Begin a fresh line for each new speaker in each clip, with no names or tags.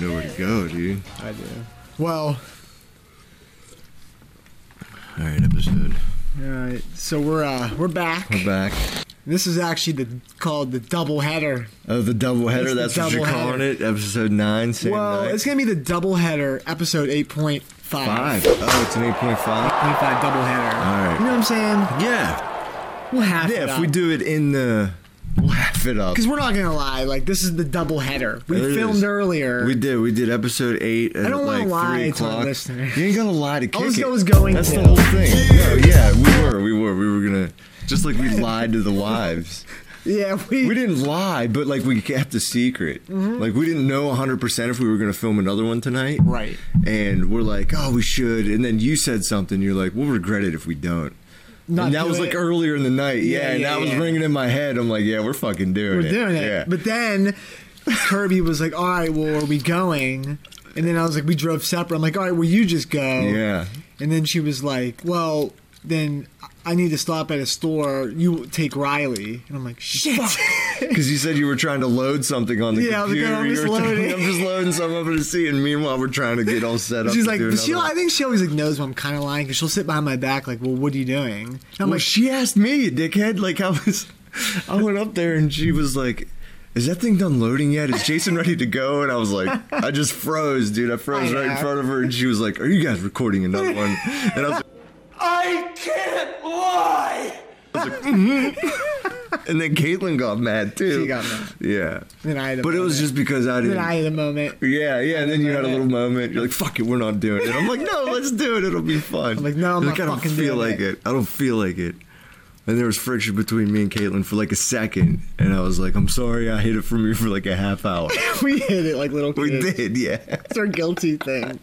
know, dude.
I do. Well,
All right, episode.
all right. So we're uh we're back.
We're back.
This is actually the called the double header.
Oh, the double header.
It's the
That's what you're
doubleheader.
calling it. Episode nine, same
well,
night.
it's gonna be the double header, episode eight point
five. Oh, it's an eight point five.
Point five double header.
All right.
You know what I'm saying?
Yeah.
We'll half it
Yeah. If we
up.
do it in the, we'll half it up.
Because we're not gonna lie, like this is the double header. We
It is.
filmed earlier.
We did. We did episode eight at
I don't wanna
like
lie
three
to our
o'clock.
listeners.
You ain't gotta lie to kick
was-
it.
I was going
That's
to.
the whole thing. No, yeah, we were. We were. We were gonna. Just like we lied to the wives.
yeah, we,
We didn't lie, but like we kept a secret. Like we didn't know 100% if we were going to film another one tonight.
Mm-hmm. Right.
And we're like, oh, we should. And then you said something. You're like, we'll regret it if we don't.
Not
and that
doing
was like
it.
earlier in the night. Yeah.
Yeah,
and
yeah,
that was
yeah.
ringing in my head. I'm like, yeah, we're fucking doing
we're
it.
doing it.
Yeah.
But then Kirby was like, "All right, well, are we going?" And then I was like, "We drove separate." I'm like, "All right, well, you just go."
yeah.
And then she was like, "Well, then I need to stop at a store. You take Riley." And I'm like, "Shit."
Because you said you were trying to load something on the
Yeah, I was like,
computer.
I'm just
You were trying-
loading.
I'm just loading something up to see. And meanwhile, we're trying to get all set up.
She's
to
like,
do
but she,
another
I think she always like knows when I'm kind of lying because she'll sit behind my back like, "Well, what are you doing?" And I'm
Well,
like,
she asked me, dickhead. Like I was, I went up there and she was like, "Is that thing done loading yet? Is Jason ready to go?" And I was like, I just froze, dude. I froze
I
right in
know.
front of her, and she was like, "Are you guys recording another one?" And I was,
I can't lie!
like, "Mm-hmm." and then Caitlin got mad too.
She got mad.
Yeah.
Then I had a
But it was
moment.
just because I
"Then
didn't.
I had a moment."
yeah, yeah. And then you had a
moment.
little moment. You're like, "Fuck it, we're not doing it." I'm like, "No, let's do it. It'll be fun."
I'm like, "No, I'm
You're
not
I don't
fucking
feel
doing
like
it."
it. I don't feel like it." And there was friction between me and Caitlin for like a second, and I was like, "I'm sorry, I hid it from you for like a half hour."
we hit it like little kids.
We did, yeah.
It's our guilty thing.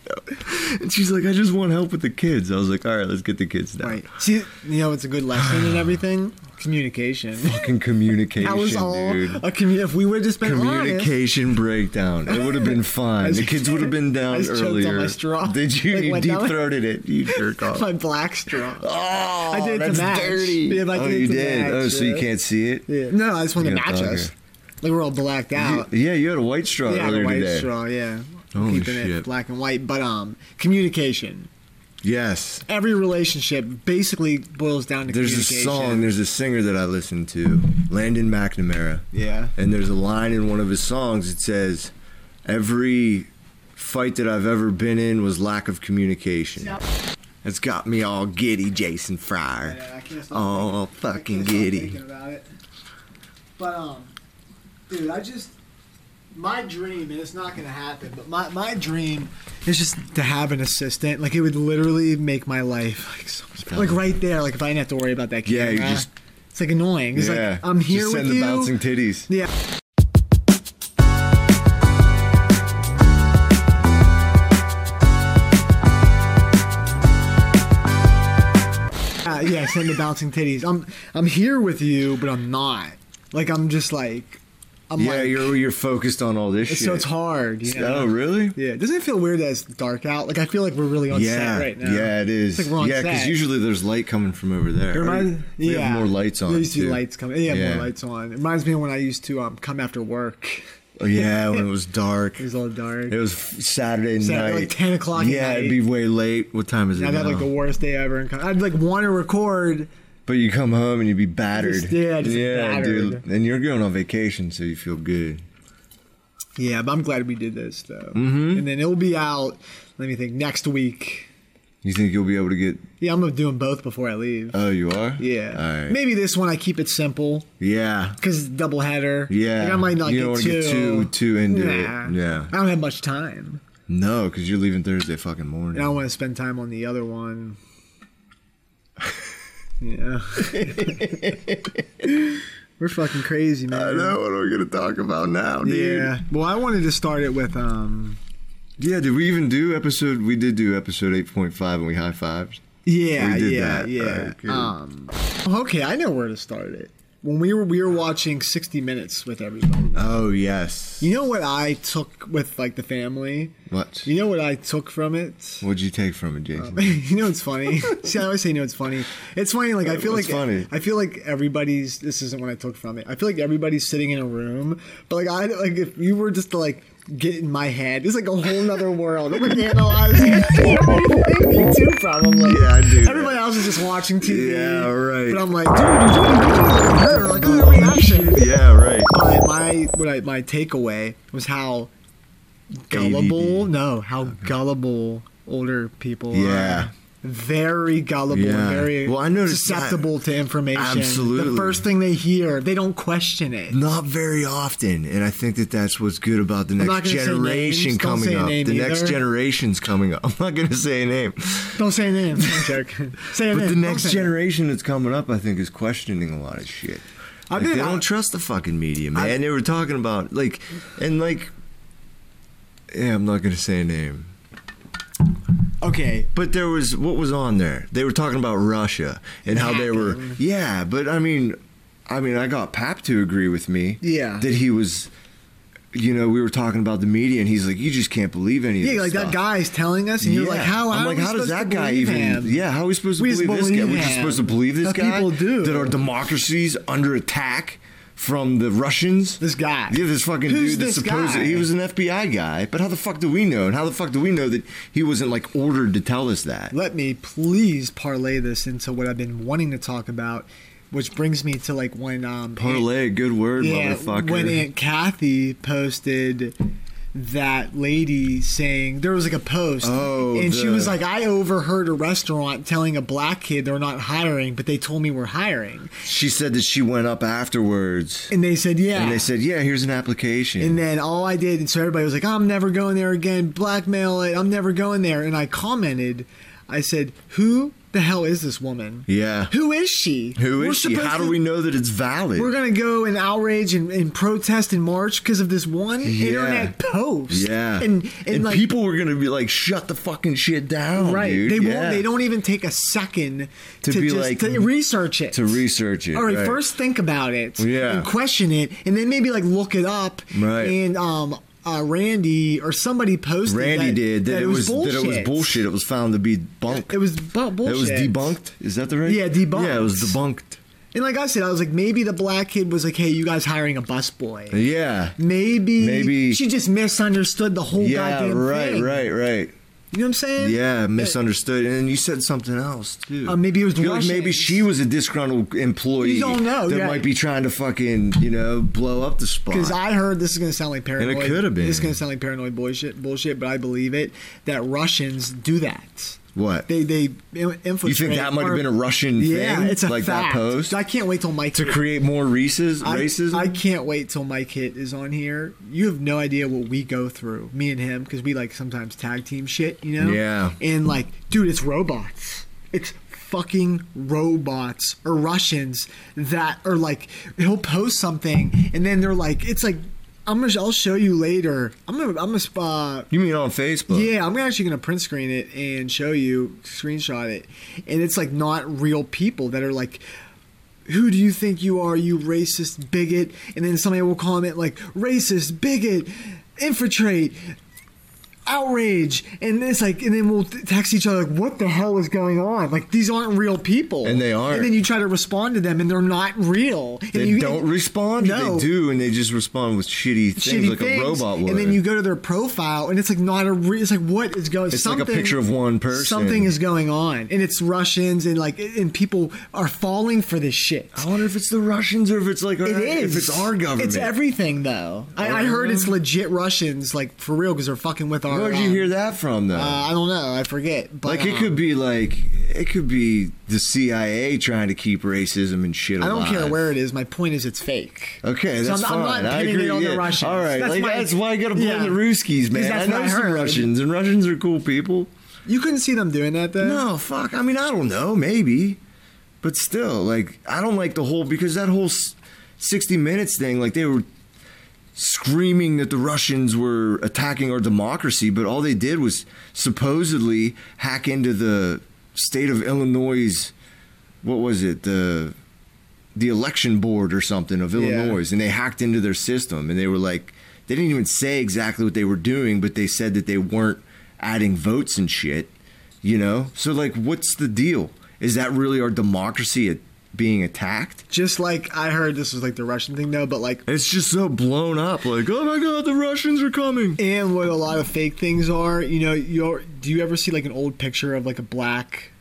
And she's like, "I just want help with the kids." I was like, "All right, let's get the kids down."
Right. See, you know, it's a good lesson and everything. Communication.
Fucking communication,
That was all
dude.
a commu- If we would have just been honest,
Communication breakdown. It would have been fine. The kids would have been down
I just choked on
earlier.
my straw.
Did you?
Like,
you
went
deep
down-
throated it. You jerk off.
my black straw.
Oh,
I did it to
that's
match.
dirty.
Yeah, but I
oh,
did it
you
to
did.
match,
oh, so you
yeah.
can't see it.
Yeah. No, I just wanted to
Yeah,
match
okay.
us. Like we're all blacked
You-
out.
yeah, you had a white straw
yeah,
Oh, earlier
the white
today.
straw. Yeah. I'm
Holy
keeping
shit.
it black and white, but um, communication.
Yes.
Every relationship basically boils down to
There's a
communication.
song. There's a singer that I listen to, Landon McNamara.
Yeah.
And there's a line in one of his songs that says, "Every fight that I've ever been in was lack of communication." It's got me all giddy, Jason Fryer.
Yeah, I can't stop
all
I
Oh, fucking
can't stop
giddy.
thinking about it. But um, dude, I just my dream, and it's not gonna happen. But my my dream is just to have an assistant. Like it would literally make my life like so much better. Like right there. Like if I didn't have to worry about that
Yeah,
camera.
you just-
It's like annoying. It's
yeah.
like I'm here
Just
with
send
you.
the bouncing titties.
Yeah. Uh, yeah, send the bouncing titties. I'm I'm here with you, but I'm not. Like I'm just like I'm
Yeah,
like
you're you're focused on all this shit.
so it's hard. You know?
Oh, really?
Yeah. Doesn't it feel weird that it's dark out? Like I feel like we're really on
Yeah,
set right now.
yeah, it is.
It's like we're on
yeah, because
set.
usually there's light coming from over there.
It reminds-
Or we have more lights on.
There used to be
too.
lights coming. Yeah,
Yeah.
more lights on. It reminds me of when I used to um, come after work.
Oh, yeah, when it was dark.
It was all dark.
It was f- Saturday,
Saturday,
night,
like 10 o'clock at
Yeah, it'd
night.
be way late. What time is it
I've had
now?
like the worst day ever. And I'd like want to record.
but you come home and you'd be battered.
Just- yeah, just battered.
dude. And you're going on vacation, so you feel good.
Yeah, but I'm glad we did this though. Mm-hmm. And then it'll be out. Let me think. Next week.
You think you'll be able to get?
Yeah, I'm doing both before I leave.
Oh, you are.
yeah.
All right.
Maybe this one I keep it simple
Yeah.
because double header.
Yeah.
Like, I might not
You
get,
don't wanna
two.
get too- too into it.
Nah.
Yeah.
I don't have much time,
No, because you're leaving Thursday fucking morning.
and I don't want to spend time on the other one. yeah. We're fucking crazy, man.
I know. What are we gonna talk about now, dude?
Yeah. Well, I wanted to start it with um.
Yeah, did we even do episode? We did do episode 8.5 and we high fived.
Yeah,
We did
yeah,
that.
yeah.
Alright, good.
um, okay, I know where to start it. When we were we were watching 60 Minutes with everybody.
Oh, yes.
You know what I took with like the family.
What?
You know what I took from it.
What'd you take from it, Jason?
you know it's funny. See, I always say you know it's funny. It's funny. Like I feel
What's
like
funny?
I feel like everybody's. This isn't what I took from it. I feel like everybody's sitting in a room, but like I like if you were just to like get in my head. It's like a whole nother world. I'm like analyzing everything. You too, probably.
Yeah, I do.
Everybody else is just watching TV.
Yeah, right.
But I'm like, dude, you're doing you're doing it like her, like oh, reaction.
Yeah, right.
But my what I, my takeaway was how gullible.
ADD.
No, how gullible older people
Yeah.
are. Very gullible,
Yeah.
and very
Well, I noticed that.
susceptible to information.
Absolutely.
the first thing they hear, they don't question it.
Not very often, and I think that that's what's good about the
not
next
gonna say
generation
names. Don't say
coming
a
up. The
name
next
either.
generation's coming up. I'm not going to say a name,
Don't say a name. I'm joking. Say a
but
name.
the
Don't
next
say a name.
generation that's coming up, I think, is questioning a lot of shit.
I
Like,
mean,
they
I-
don't trust the fucking media, man. they were talking about like, and like, yeah, I'm not going to say a name.
Okay,
But there was what was on there. They were talking about Russia and how they were. Yeah, but I mean, I mean, I got Pap to agree with me.
Yeah.
that he was. You know, we were talking about the media, and he's like, "You just can't believe any of
yeah,
this
like that
stuff."
guy's telling us, and you're
Yeah.
like, how?
I'm
how
like,
are we
how does
supposed
that
to
guy
believe
even?
him?
Yeah, how are we supposed to
We just
believe this guy?
believe
We're just
him.
supposed to believe this
But
guy.
people do.
that our democracy's under attack from the Russians.
This guy.
Yeah, this fucking
Who's
dude. That's
this
supposed
guy?
he was an FBI guy, but how the fuck do we know? And how the fuck do we know that he wasn't like ordered to tell us that?
Let me please parlay this into what I've been wanting to talk about, which brings me to like when um
Parlay, a good word,
yeah,
motherfucker.
when Aunt Kathy posted that lady saying there was like a post
Oh,
and she
the-
was like i overheard a restaurant telling a black kid they're not hiring but they told me we're hiring
she said that she went up afterwards,
and they said yeah
and they said, "Yeah, here's an application."
And then all I did, and so everybody was like, I'm never going there again, blackmail it, I'm never going there. And I commented, I said, Who the hell is this woman?
yeah,
Who is she?
who
We're
is she?
supposed
How do
to-
we know that it's valid?
We're going to go in outrage and, and protest and march because of this one
Yeah.
internet post.
yeah,
And, and, like,
people were gonna be like, "Shut the fucking shit down,
Right,
dude."
they
Yeah.
won't. They don't even take a second to,
To be
just
like-
to research it.
to research it.
All right, first think about it.
Yeah.
And question it, and then maybe like look it up.
Right.
And um, uh, Randy or somebody posted.
Randy
that,
did that. it was,
bullshit.
that it was bullshit. It was found to be bunk.
It was bu- bullshit.
It was debunked. Is that the right?
Yeah, debunked.
Yeah, it was debunked.
And like I said, I was like, maybe the black kid was like, "Hey, you guys hiring a busboy?"
Yeah.
Maybe,
Maybe-
she just misunderstood the whole
Yeah.
goddamn
Right.
thing.
Right. Right.
You know what I'm saying?
Yeah, misunderstood. And you said something else too.
Uh, maybe it was
I feel like maybe
Russians.
she was a disgruntled employee.
You don't know,
That
yeah.
might be trying to fucking you know blow up the spot.
Because I heard this is going to sound like paranoid.
could've been.
This is going to sound like paranoid bullshit, bullshit, but I believe it that Russians do that.
what
They they in-
you
infiltrate.
think that might
or-
have been a Russian
yeah,
thing?
it's a
like
fact.
that post
I can't wait till Mike
to create more races.
I,
racism.
I can't wait till Mike Hit is on here. You have no idea what we go through, me and him, because we like sometimes tag team shit, you know?
Yeah.
And like, dude, it's robots. It's fucking robots or Russians that are like, he'll post something and then they're like, it's like, I'm gonna, I'll show you later. I'm gonna, I'm gonna, uh,
you mean on Facebook?
yeah, I'm actually going to print screen it and show you, screenshot it. And it's like not real people that are like, who do you think you are, you racist bigot? And then somebody will comment like, racist, bigot, infiltrate, outrage. And it's like, and then we'll text each other, like, what the hell is going on? Like, these aren't real people.
And they aren't.
And then you try to respond to them and they're not real. And
They
you,
don't respond. or
No
They do, and they just respond with shitty things,
shitty
like
things,
a robot would.
And then you go to their profile, and it's like not a. Re- it's like what is going.
It's like a
something,
picture of one person.
Something is going on, and it's Russians, and like, and people are falling for this shit.
I wonder if it's the Russians or if it's like our,
It is.
Oh, if it's our government.
It's everything, though. I, I
Uh-huh.
heard it's legit Russians, like for real, because they're fucking with our.
Where'd you
um,
hear that from though?
Uh, I don't know. I forget. But
Like it
um,
could be like it could be the CIA trying to keep racism and shit
I
alive.
don't care where it is. My point is, it's fake.
Okay,
So
that's
I'm- I'm
fine.
not
I
pinning it
agree.
on the
yeah.
Russians.
All right,
That's
that's, like,
my-
that's why I got to blame
Yeah.
the Ruskies, man.
that's
I know
what I
some
heard.
Russians, and Russians are cool people.
You couldn't see them doing that, though.
No, fuck. I mean, I don't know. Maybe, but still, like, I don't like the whole because that whole s- sixty minutes thing. Like, they were screaming that the Russians were attacking our democracy, but all they did was supposedly hack into the state of Illinois. What was it? The the election board or something of Illinois, and they hacked into their system, and they were like, they didn't even say exactly what they were doing, but they said that they weren't adding votes and shit, you know. So like, what's the deal? Is that really our democracy at being attacked.
Just like I heard this was like the Russian thing though, but like
It's just so blown up. Like, oh my god, the Russians are coming.
and what a lot of fake things are, you know, you do you ever see like an old picture of like a black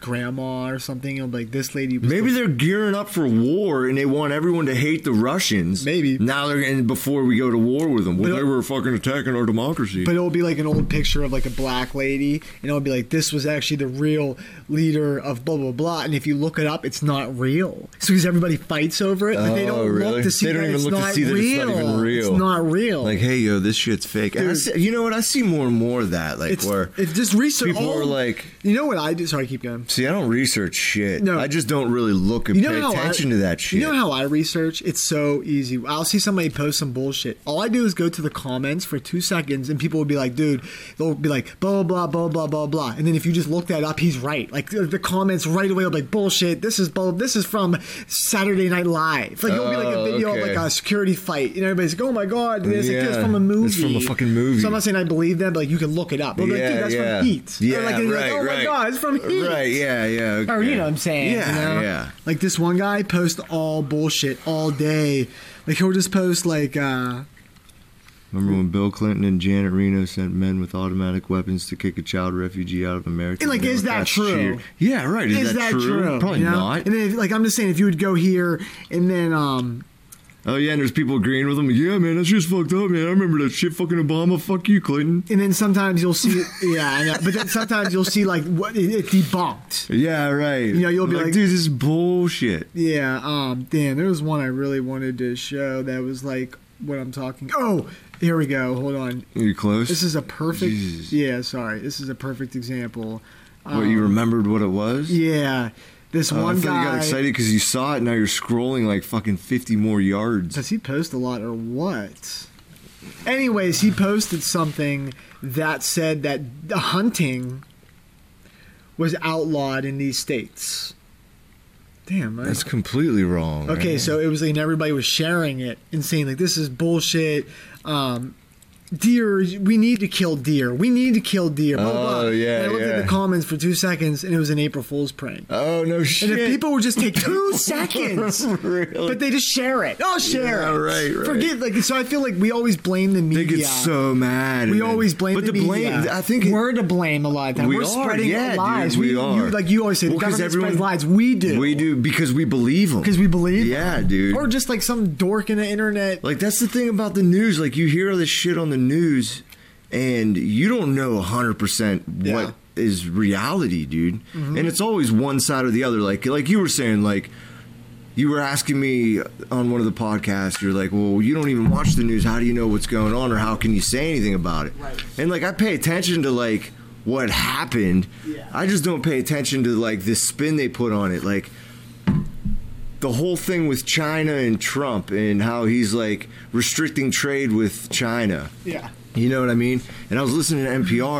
grandma or something of like this lady was
Maybe
the-
they're gearing up for war and they want everyone to hate the Russians.
Maybe.
Now they're and before we go to war with them. Well,
But-
they were fucking attacking our democracy.
but it'll be like an old picture of like a black lady and it'll be like this was actually the real leader of blah blah blah and if you look it up it's not real so because everybody fights over it but they
Oh,
don't
really?
look to see
They don't
that
even
it's
look to
not
see that it's
real.
not even real.
It's not real
like, hey, yo, this shit's fake. And I
Dude.
see, you know what? I see more and more of that. Like,
it's,
where
it's just research
people
all-
are like,
you know what i do sorry keep going
see, I don't research shit.
No.
I just don't really look and
you know
pay
how
attention
I,
to that shit.
You know how I research? It's so easy. I'll see somebody post some bullshit. All I do is go to the comments for two seconds, and people will be like, "Dude," they'll be like, "Blah blah blah blah blah blah," and then if you just look that up, he's right. Like the, the comments right away will be like, "Bullshit! This is blah, this is from Saturday Night Live." Like it'll be like
Oh,
a video
okay.
of like a security fight, and everybody's like, "Oh my god!" And it's like, "Yeah,
Yeah.
it's from a movie.
It's from a fucking movie.
So I'm not saying I believe them, but like, you can look it up. They'll be like,
yeah,
"Dude, that's
yeah.
from Heat." Or,
Yeah,
like, they'll be like,
right,
"Oh
right.
my god, it's from Heat."
Right, yeah, yeah. Okay.
Or you know what I'm saying?
Yeah,
you know?
yeah.
Like this one guy posts all bullshit all day. Like he'll just post like uh
Remember when Bill Clinton and Janet Reno sent men with automatic weapons to kick a child refugee out of America?
And, like, is that
Democrats
true?
cheered. Yeah, right. Is, that, true? Probably
you know?
not.
And then like I'm just saying if you would go here and then um
Oh yeah, and there's people agreeing with him. Yeah, man, that's just fucked up, man. I remember that shit, fucking Obama. Fuck you, Clinton.
and then sometimes you'll see yeah, I know. But then sometimes you'll see like what it, it debunked.
Yeah, right. You
know, you'll be like-
dude, this is bullshit.
Yeah, um damn, there was one I really wanted to show that was like what I'm talking Oh, here we go. Hold on.
Are you close?
This is a perfect
Jesus.
Yeah, sorry. This is a perfect example.
what you remembered what it was.
uh, Yeah. This
Oh,
one
I thought
guy
you got excited because you saw it. Now you're scrolling like fucking 50 more yards.
Does he post a lot or what? Anyways, he posted something that said that hunting was outlawed in these states. Damn, I-
That's completely wrong.
okay.
right?
So it was like and everybody was sharing it and saying like this is bullshit. Um, deer, we need to kill deer. We need to kill deer. Blah, blah,
Oh,
blah.
yeah,
And I looked
yeah.
at the comments for two seconds and it was an April Fool's prank.
Oh no shit.
And if people would just take two seconds,
Really?
but they just share it. Oh, share
Yeah,
it.
right, right.
Forget like so. I feel like we always blame the
they
media.
get so mad.
we
and-
always blame.
But
the,
blame.
media.
I think it-
we're to blame a lot of time.
We
are
are,
spreading
yeah, dude,
lies.
we
you-
are.
like you always say,
Well,
the
'cause
government spreads
everyone-
lies. We do.
we do because we believe them.
because we believe.
Yeah,
them.
dude.
Or just like some dork in the internet.
Like that's the thing about the news. Like you hear all this shit on the news, and you don't know hundred percent
Yeah. Mm-hmm.
what is reality, dude. And it's always one side or the other. Like like you were saying, like you were asking me on one of the podcasts. You're like, well, you don't even watch the news. How do you know what's going on, or how can you say anything about it?
Right.
And like I pay attention to like what happened.
Yeah.
I just don't pay attention to like the spin they put on it. Like the whole thing with China and Trump and how he's like restricting trade with China.
yeah.
You know what I mean? And I was listening to NPR.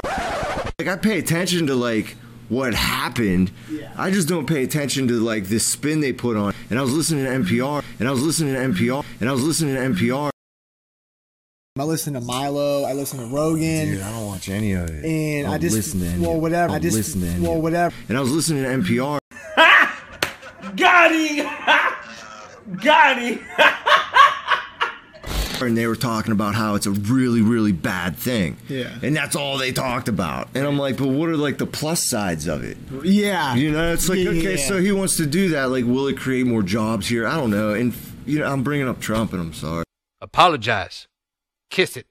Like I pay attention to like what happened.
Yeah.
I just don't pay attention to like this spin they put on. And I was listening to NPR and I was listening to NPR and I was listening to NPR.
I listen to Milo. I listen to Rogan.
I don't watch any of it.
And I just well whatever I just well whatever
And I was listening to NPR.
Got him! Got him!
and they were talking about how it's a really really bad thing
Yeah.
and that's all they talked about and i'm like but what are like the plus sides of it
yeah
you know it's like
Yeah, yeah,
okay
yeah.
so he wants to do that like will it create more jobs here i don't know and you know i'm bringing up trump and i'm sorry
Apologize. Kiss it.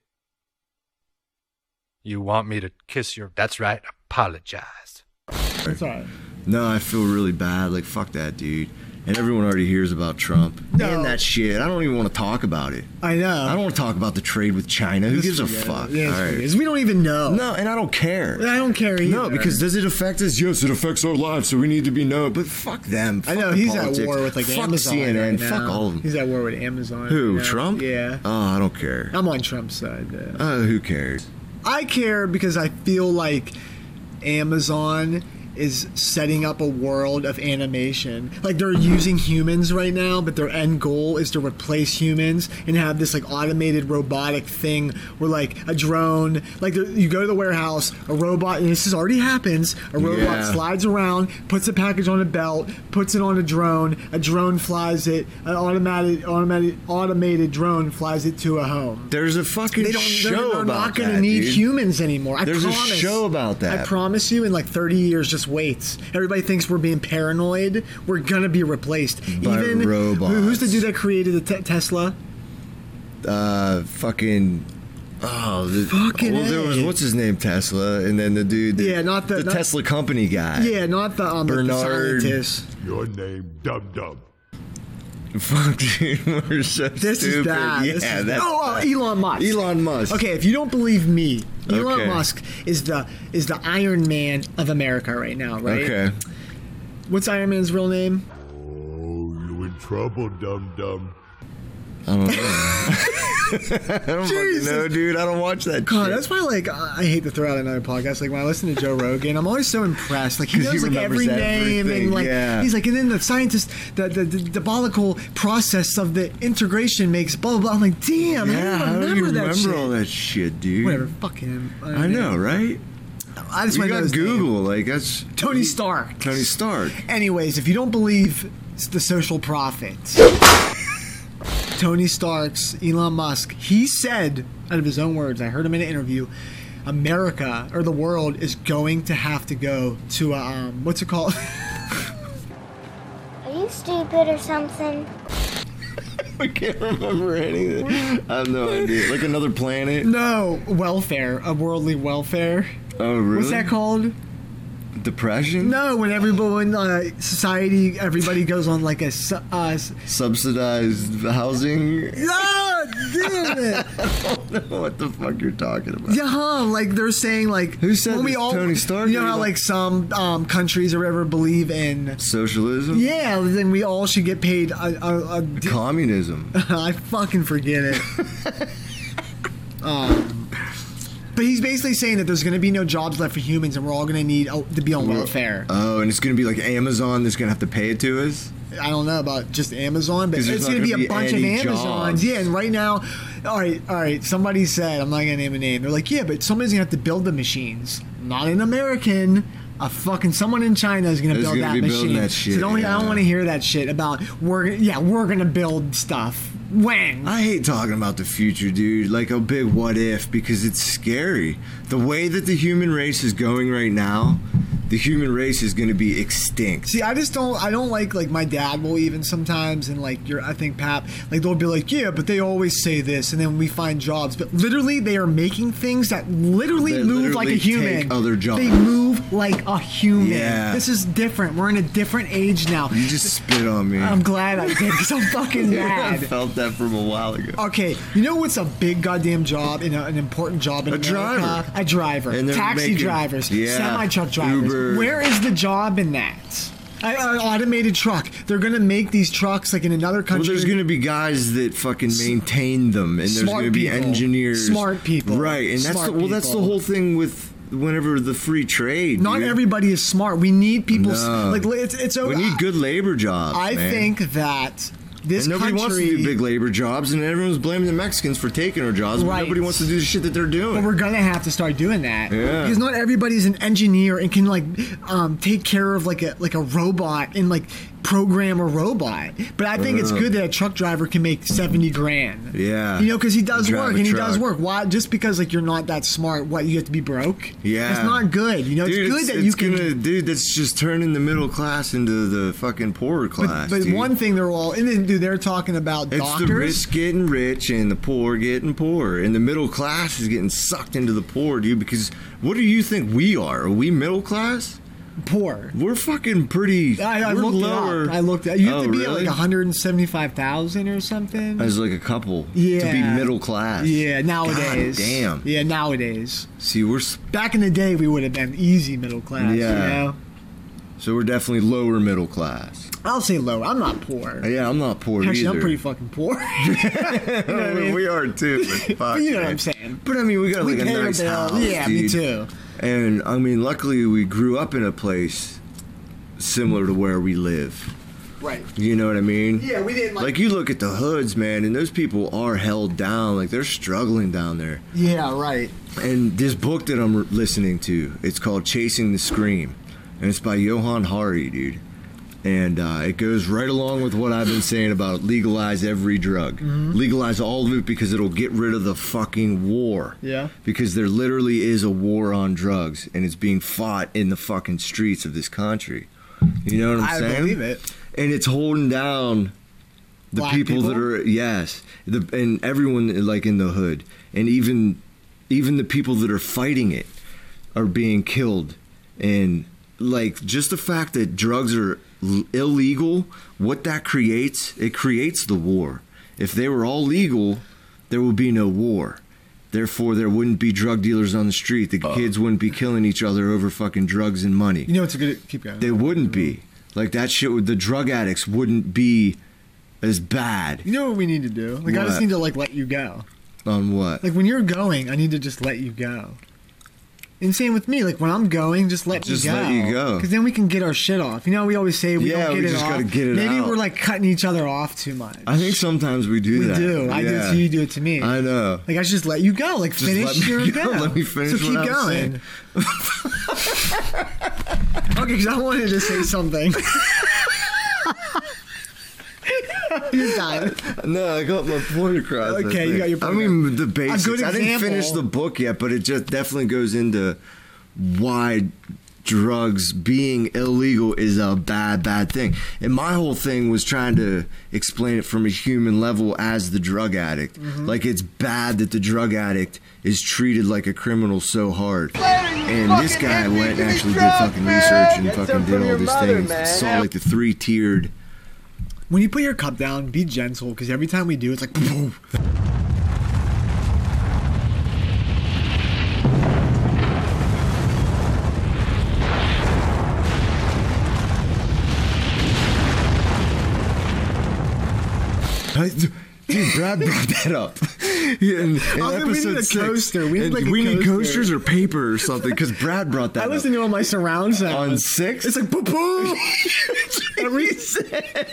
You want me to kiss your. That's right. Apologize.
It's all right.
no i feel really bad like fuck that dude and everyone already hears about trump
No.
and that shit i don't even want to talk about it
I know
i don't want to talk about the trade with china who gives a fuck
yeah,
All right.
it's- we don't even know
no and i don't care
I don't care either
No, because does it affect us? Yes, it affects our lives, so we need to be known. But fuck them.
I
Fuck
know
the
he's
politics.
at war with like
fuck
Amazon.
CNN.
right now.
fuck all of them.
He's at war with Amazon.
who?
right now.
Trump?
Yeah.
Oh, I don't care.
I'm on Trump's side. Though.
Oh, who cares?
I care because I feel like Amazon is setting up a world of animation. Like they're using humans right now, but their end goal is to replace humans and have this like automated robotic thing where like a drone, like the- you go to the warehouse, a robot, and this has already happens. A robot
Yeah.
slides around, puts a package on a belt, puts it on a drone. A drone flies it. An automated automated automated drone flies it to a home.
There's a fucking
They don't.
show
They're, they're
about
not going to
that,
need
dude.
humans anymore. I
There's a
promise.
show about that.
I promise you. In like 30 years, just wait. Everybody thinks we're being paranoid. We're going to be replaced.
By
Even who- who's the
robots.
dude that created the te- Tesla?
Uh, fucking. Oh, the,
Fucking
well, there was
A.
what's his name Tesla, and then the dude. that-
Yeah, not the-
the
not-
Tesla company guy.
Yeah, not the um, like, the
Bernard-
scientist.
Your name, Dub Dub.
Fuck, dude, we're so
This
stupid.
is bad.
Yeah,
This is-
that's
oh, uh,
bad.
Elon Musk.
Elon Musk.
Okay, if you don't believe me, Elon
Okay.
Musk is the is the Iron Man of America right now, right?
Okay.
What's Iron Man's real name?
Oh, you in trouble, Dum Dum.
I don't fucking
Jesus.
know, dude. I don't watch that.
God,
shit.
Oh, that's why like I I hate to throw out another podcast. Like when I listen to Joe Rogan, I'm always so impressed. Like he
'Cause he
knows like
remembers
every name
everything,
and like
yeah.
he's like, and then the scientist, the, the the diabolical process of the integration makes blah blah. blah. I'm like, damn,
yeah,
I
how
don't
do you
remember
remember
that shit.
all that shit, dude?
Whatever, fuck him.
I know, right?
I just
You
want to know
got
his name.
Google, like that's
Tony Stark.
Tony Stark.
Anyways, if you don't believe it's the social prophet, Tony Stark's Elon Musk, he said, out of his own words, I heard him in an interview, America or the world is going to have to go to a, um, what's it called?
Are you stupid or something?
I can't remember anything. I have no idea. Like another planet.
no, welfare, a worldly welfare.
Oh, really?
What's that called?
Depression?
No, when everybody, when uh, society, everybody goes on like a. su- Uh, s-
Subsidized housing?
Ah, damn it!
what the fuck you're talking about?
Yeah, huh? Like they're saying, like
Who said
when
this? Tony Stark?
You know how like some um, countries or whatever believe in.
Socialism?
Yeah, then we all should get paid. A, a, a di-
Communism.
I fucking forget it. um, but he's basically saying that there's going to be no jobs left for humans, and we're all going to need oh, to be on welfare.
Oh, and it's gonna be like Amazon that's gonna have to pay it to us?
I don't know about just Amazon, but
'Cause there's
it's
not
going to be
gonna
a
be
bunch of
any
Amazons.
jobs.
Yeah, and right now, all right, all right. Somebody said I'm not going to name a name. They're like, yeah, but somebody's going to have to build the machines. Not an American. A fucking someone in China is going to
Is
build
gonna
that
be building
machine.
that shit,
so don't, I
yeah.
don't want to hear that shit about we're yeah we're going to build stuff when.
I hate talking about the future, dude. Like a big what if because it's scary. The way that the human race is going right now, the human race is gonna be extinct.
See, I just don't. I don't like like my dad will even sometimes and like your I think Pap like they'll be like yeah, but they always say this, and then we find jobs, but literally they are making things that literally
That
move like a
literally
human.
take other jobs.
They move like a human.
Yeah.
This is different. We're in a different age now.
You just spit on me.
I'm glad I did because I'm fucking
I
mad. Oh,
felt that from a while ago.
Okay, you know what's a big goddamn job and a, an important job in
A
America?
driver.
A driver.
And they're
Taxi
making-
drivers.
yeah,
Semi truck drivers.
Uber.
Where is the job in that? An automated truck. They're gonna make these trucks like in another
Well,
country.
there's going to be guys that fucking maintain them, and there's
Smart
going to be
people.
engineers,
Smart people.
right? And that's
Smart
the, well, that's the
people.
whole thing with whenever the free trade.
Not
dude.
everybody is smart. We need people. s-
No.
Like it's it's.
We need good labor jobs.
I
man.
think that this
And nobody
country.
wants to do big labor jobs, and everyone's blaming the Mexicans for taking our jobs. But
Right.
nobody wants to do the shit that they're doing.
But we're gonna have to start doing that
Yeah.
because not everybody's an engineer and can like um, take care of like a like a robot and like program a robot. But I think it's good that a truck driver can make seventy grand.
Uh. Yeah.
you know, because he does
Drive
work
a
and he
truck.
does work. Why just because like you're not that smart? What you have to be broke?
Yeah.
it's not good. You know,
dude,
it's good that you
it's
can.
Gonna, dude, that's just turning the middle class into the fucking poorer class.
but
dude.
one thing they're all and then dude, they're talking about
It's
doctors.
the rich getting rich and the poor getting poorer, and the middle class is getting sucked into the poor, dude. Because what do you think we are? Are we middle class?
poor.
We're fucking pretty.
I, I
we're
looked
lower.
it up. I looked it up. You have
oh,
to be at
really?
like 175,000 or something.
As like a couple. To be
Yeah.
middle class.
Yeah, nowadays.
God damn.
Yeah, nowadays.
See, we're s-
Back in the day, we would have been easy middle class.
Yeah.
You know?
so we're definitely lower middle class.
I'll say low. I'm not poor.
Yeah, I'm not poor
Actually,
either.
I'm pretty fucking poor.
we, we are too. But, fuck,
you know what
man.
I'm saying.
But I mean, we got
we
like a
pay our
nice
bills.
house.
Yeah, me
dude.
too.
And I mean, luckily we grew up in a place similar to where we live.
Right.
You know what I mean?
Yeah, we didn't like.
Like you look at the hoods, man, and those people are held down. Like they're struggling down there.
yeah, right.
And this book that I'm listening to, it's called Chasing the Scream, and it's by Johan Hari, dude. And uh, it goes right along with what I've been saying about legalize every drug,
Mm-hmm.
legalize all of it because it'll get rid of the fucking war.
Yeah.
Because there literally is a war on drugs, and it's being fought in the fucking streets of this country. You know what I'm
I
saying?
believe it.
and it's holding down the
Black
people, that
people?
are yes, the and everyone like in the hood, and even even the people that are fighting it are being killed, and like just the fact that drugs are l- illegal, what that creates, it creates the war. If they were all legal, there would be no war. Therefore, there wouldn't be drug dealers on the street. The kids wouldn't be killing each other over fucking drugs and money.
You know it's a good. Keep going.
They wouldn't be. Like that shit with the drug addicts wouldn't be as bad
you know what we need to do? Like I just
What?
need to like let you go.
on what?
Like when you're going, I need to just let you go. And same with me. Like when I'm going, just let
Just
you go.
let you go.
Because then we can get our shit off. You know, we always say we
Yeah,
don't get
we
it
just
off.
gotta get it
Maybe
out.
we're like cutting each other off too much.
I think sometimes we do
we
that.
do. I do it
Yeah.
to you. you Do it to me.
I know.
Like I should just let you go. Like
Just
finish
let me
your
go.
go.
Let me finish
So
what
keep
I was saying.
going. okay, because I wanted to say something. you died.
No, I got my point across. I
Okay,
think.
you got your point
I mean the basics.
good
I didn't finish
example-
the book yet, but it just definitely goes into why drugs being illegal is a bad, bad thing. And my whole thing was trying to explain it from a human level as the drug addict.
Mm-hmm.
Like it's bad that the drug addict is treated like a criminal so hard. And this guy went and actually did fucking research and fucking did all these things. Saw like the three tiered
When you put your cup down, be gentle. Because every time we do, it's like. boom.
I, dude, Brad brought that up in, in
Oh, we need
episode
a
six.
coaster. We need,
And
like, a
we need
coaster.
coasters or paper or something because Brad brought that
I
up.
listen to all my surround sound.
on six,
It's like boom, boom.
He said-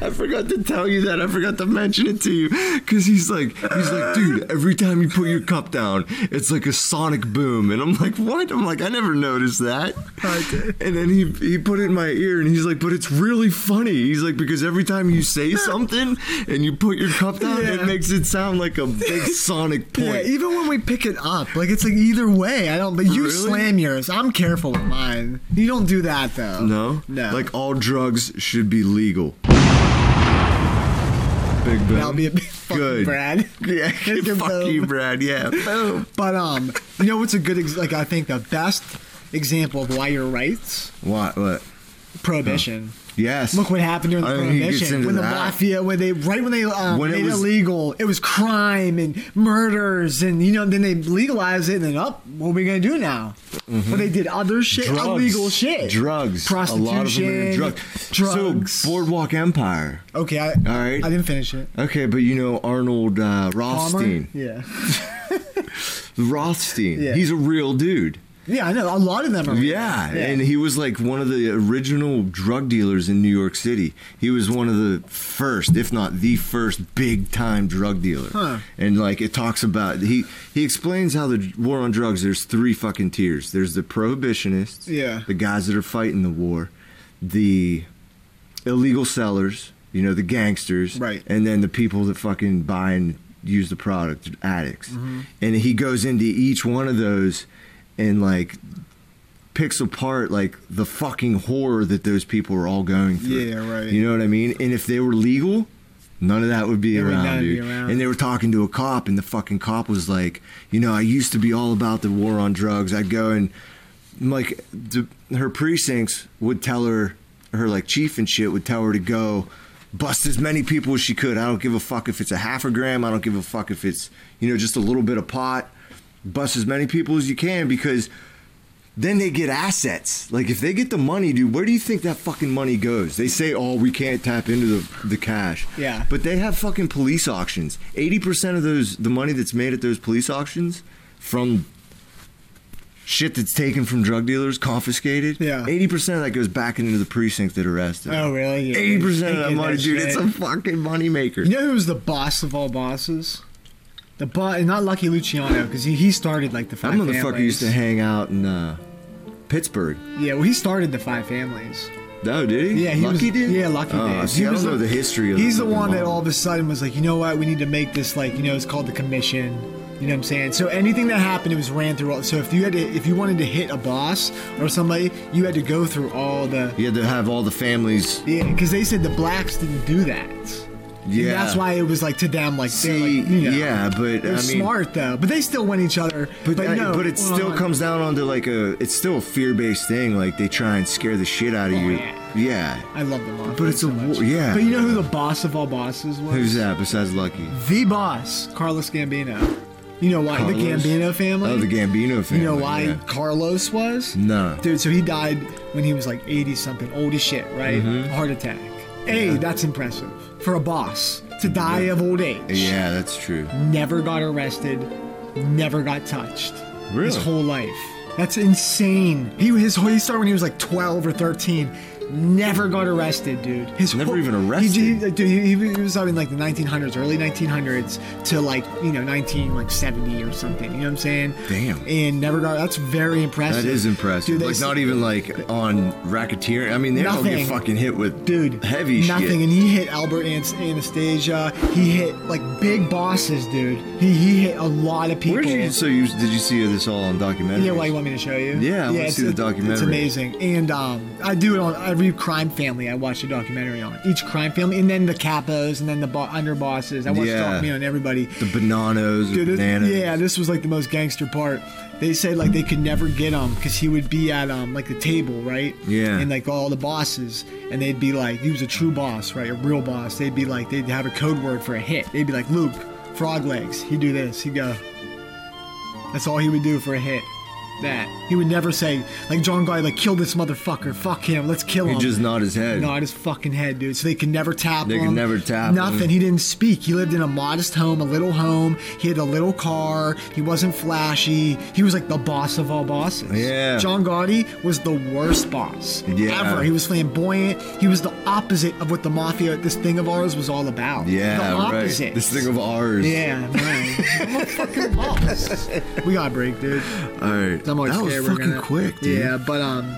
I forgot to tell you that. I forgot to mention it to you because he's like, he's like, dude. Every time you put your cup down, it's like a sonic boom, and I'm like, what? I'm like, I never noticed that. And then he he put it in my ear, and he's like, but it's really funny. He's like, because every time you say something and you put your cup down, it
Yeah.
makes it sound like a big sonic point.
Yeah, even when we pick it up, like it's like either way. I don't. But you
Really?
slam yours. I'm careful with mine. You don't do that though.
No?
No.
Like all drugs should be legal. Big boom.
that'll be a big fucking
Good.
Brad.
Yeah,
Big
fuck
boom.
you, Brad. Yeah. Boom.
But um, you know what's a good ex- like I think the best example of why you're right?
What? What?
Prohibition.
Yes.
Look what happened during the
I mean, he gets
prohibition
into
when the
that.
mafia when they right when they um,
When it
made it
was-
illegal, it was crime and murders and you know then they legalized it and then up what are we gonna do now? But they did other shit,
Mm-hmm. Drugs.
illegal shit,
Drugs.
prostitution,
A lot of American drugs.
drugs.
So, Boardwalk Empire.
okay, I,
All right.
I didn't finish it.
Okay, but you know Arnold uh,
Palmer?
Rothstein.
Yeah,
Rothstein.
Yeah.
He's a real dude.
yeah, I know a lot of them are.
Yeah, and he was like one of the original drug dealers in New York City. He was one of the first, if not the first, big time drug dealer.
Huh.
And like it talks about he he explains how the d- war on drugs. There's three fucking tiers. There's the prohibitionists.
Yeah.
the guys that are fighting the war, the illegal sellers. You know the gangsters.
Right.
And then the people that fucking buy and use the product, addicts.
Mm-hmm.
And he goes into each one of those and like picks apart like the fucking horror that those people are all going through.
Yeah, right.
You know what I mean? And if they were legal, none of that would be
There would
around,
none be
dude.
around.
And they were talking to a cop, and the fucking cop was like, you know, I used to be all about the war on drugs. I'd go and like the, her precincts would tell her, her like chief and shit would tell her to go. Bust as many people as she could. I don't give a fuck if it's a half a gram. I don't give a fuck if it's, you know, just a little bit of pot. Bust as many people as you can because then they get assets. Like if they get the money, dude, where do you think that fucking money goes? They say, "Oh, we can't tap into the the cash."
Yeah.
But they have fucking police auctions. Eighty percent of those the money that's made at those police auctions from shit that's taken from drug dealers confiscated.
Yeah.
eighty percent of that goes back into the precinct that arrested.
Oh, really? Yeah,
Eighty percent of
taking
that money,
that
dude. It's
shit.
a fucking moneymaker.
You know who was the boss of all bosses? The boss, not Lucky Luciano, because he, he started like the
That
five.
motherfucker
families.
used to hang out in uh, Pittsburgh.
Yeah, well, he started the five families.
Oh, did he?
Yeah, he
Lucky
was,
did.
Yeah, Lucky
oh,
did.
See,
He
I
was
don't know the history of.
He's the
fucking
one that
mall.
all of a sudden was like, you know what? We need to make this like, you know, it's called the commission. You know what I'm saying? So anything that happened, it was ran through all. So if you had to, if you wanted to hit a boss or somebody, you had to go through all the.
You had to have all the families.
Yeah, because they said the blacks didn't do that. And
Yeah,
that's why it was like to them like they're
See,
like, you know,
yeah, but
they're
I mean,
smart though. But they still win each other.
But I-
no,
but it
hold
still
on.
comes down onto like a it's still a fear based thing. Like they try and scare the shit out of you.
yeah.
Yeah.
I love the mafia.
But it's
so
a
much.
war- yeah.
But you know who the boss of all bosses was?
Who's that besides Lucky?
The boss, Carlos Gambino. You know why the
Carlos?
Gambino family?
Oh, the Gambino family.
You know why
yeah.
Carlos was?
No.
Dude, so he died when he was like 80 something, old as shit, right?
Mm-hmm.
Heart attack. Hey, that's impressive. For a boss to die of old age.
Yeah, that's true.
Never got arrested, never got touched. His
Really?
whole life. That's insane. He his whole- he started when he was like 12 or 13. Never got arrested, dude. His
Never
whole-
even
he-
arrested?
he- like, dude, he, he was out in like the 1900s, early 1900s to like you know 19 like 70 or something. You know what I'm saying?
Damn.
And never got. That's very impressive.
That is impressive.
Dude, they
like
s-
not even like on racketeering. I mean, they don't
Nothing.
get fucking hit with
dude
heavy
nothing
shit.
and he hit albert Ans- anastasia he hit like big bosses dude he, he hit a lot of people
Where did you so you did you see this all on documentary?
yeah, why you want me to show you?
Yeah, I wanna
it's-
see the
it's- It's
documentary.
amazing, and um, I do it on every crime family. I watch a documentary on each crime family, and then the capos, and then the bo- underbosses. I watch
Yeah.
documentary on everybody.
the bananas,
Dude,
the
this-
bananas.
yeah, this was like the most gangster part. They said like they could never get him because he would be at um like the table, right?
Yeah.
And like all the bosses, and they'd be like, he was a true boss, right? A real boss. They'd be like, they'd have a code word for a hit. They'd be like, Luke, frog legs. He'd do this. He'd go. That's all he would do for a hit. That he would never say like John Guy like kill this motherfucker, fuck him, let's kill him.
He just nod his head.
No, his fucking head, dude. So they could never tap
They
him.
could never tap
Nothing.
him.
He didn't speak. He lived in a modest home, a little home. He had a little car. He wasn't flashy. He was like the boss of all bosses.
Yeah.
John Gotti was the worst boss
Yeah.
ever. He was flamboyant. He was the opposite of what the mafia, this thing of ours, was all about.
Yeah,
The opposite.
right. This thing of ours.
Yeah, right. I'm a fucking boss. We got a break, dude.
All right.
I'm always
that was
scared we're
fucking
gonna-
quick, dude.
Yeah, but um,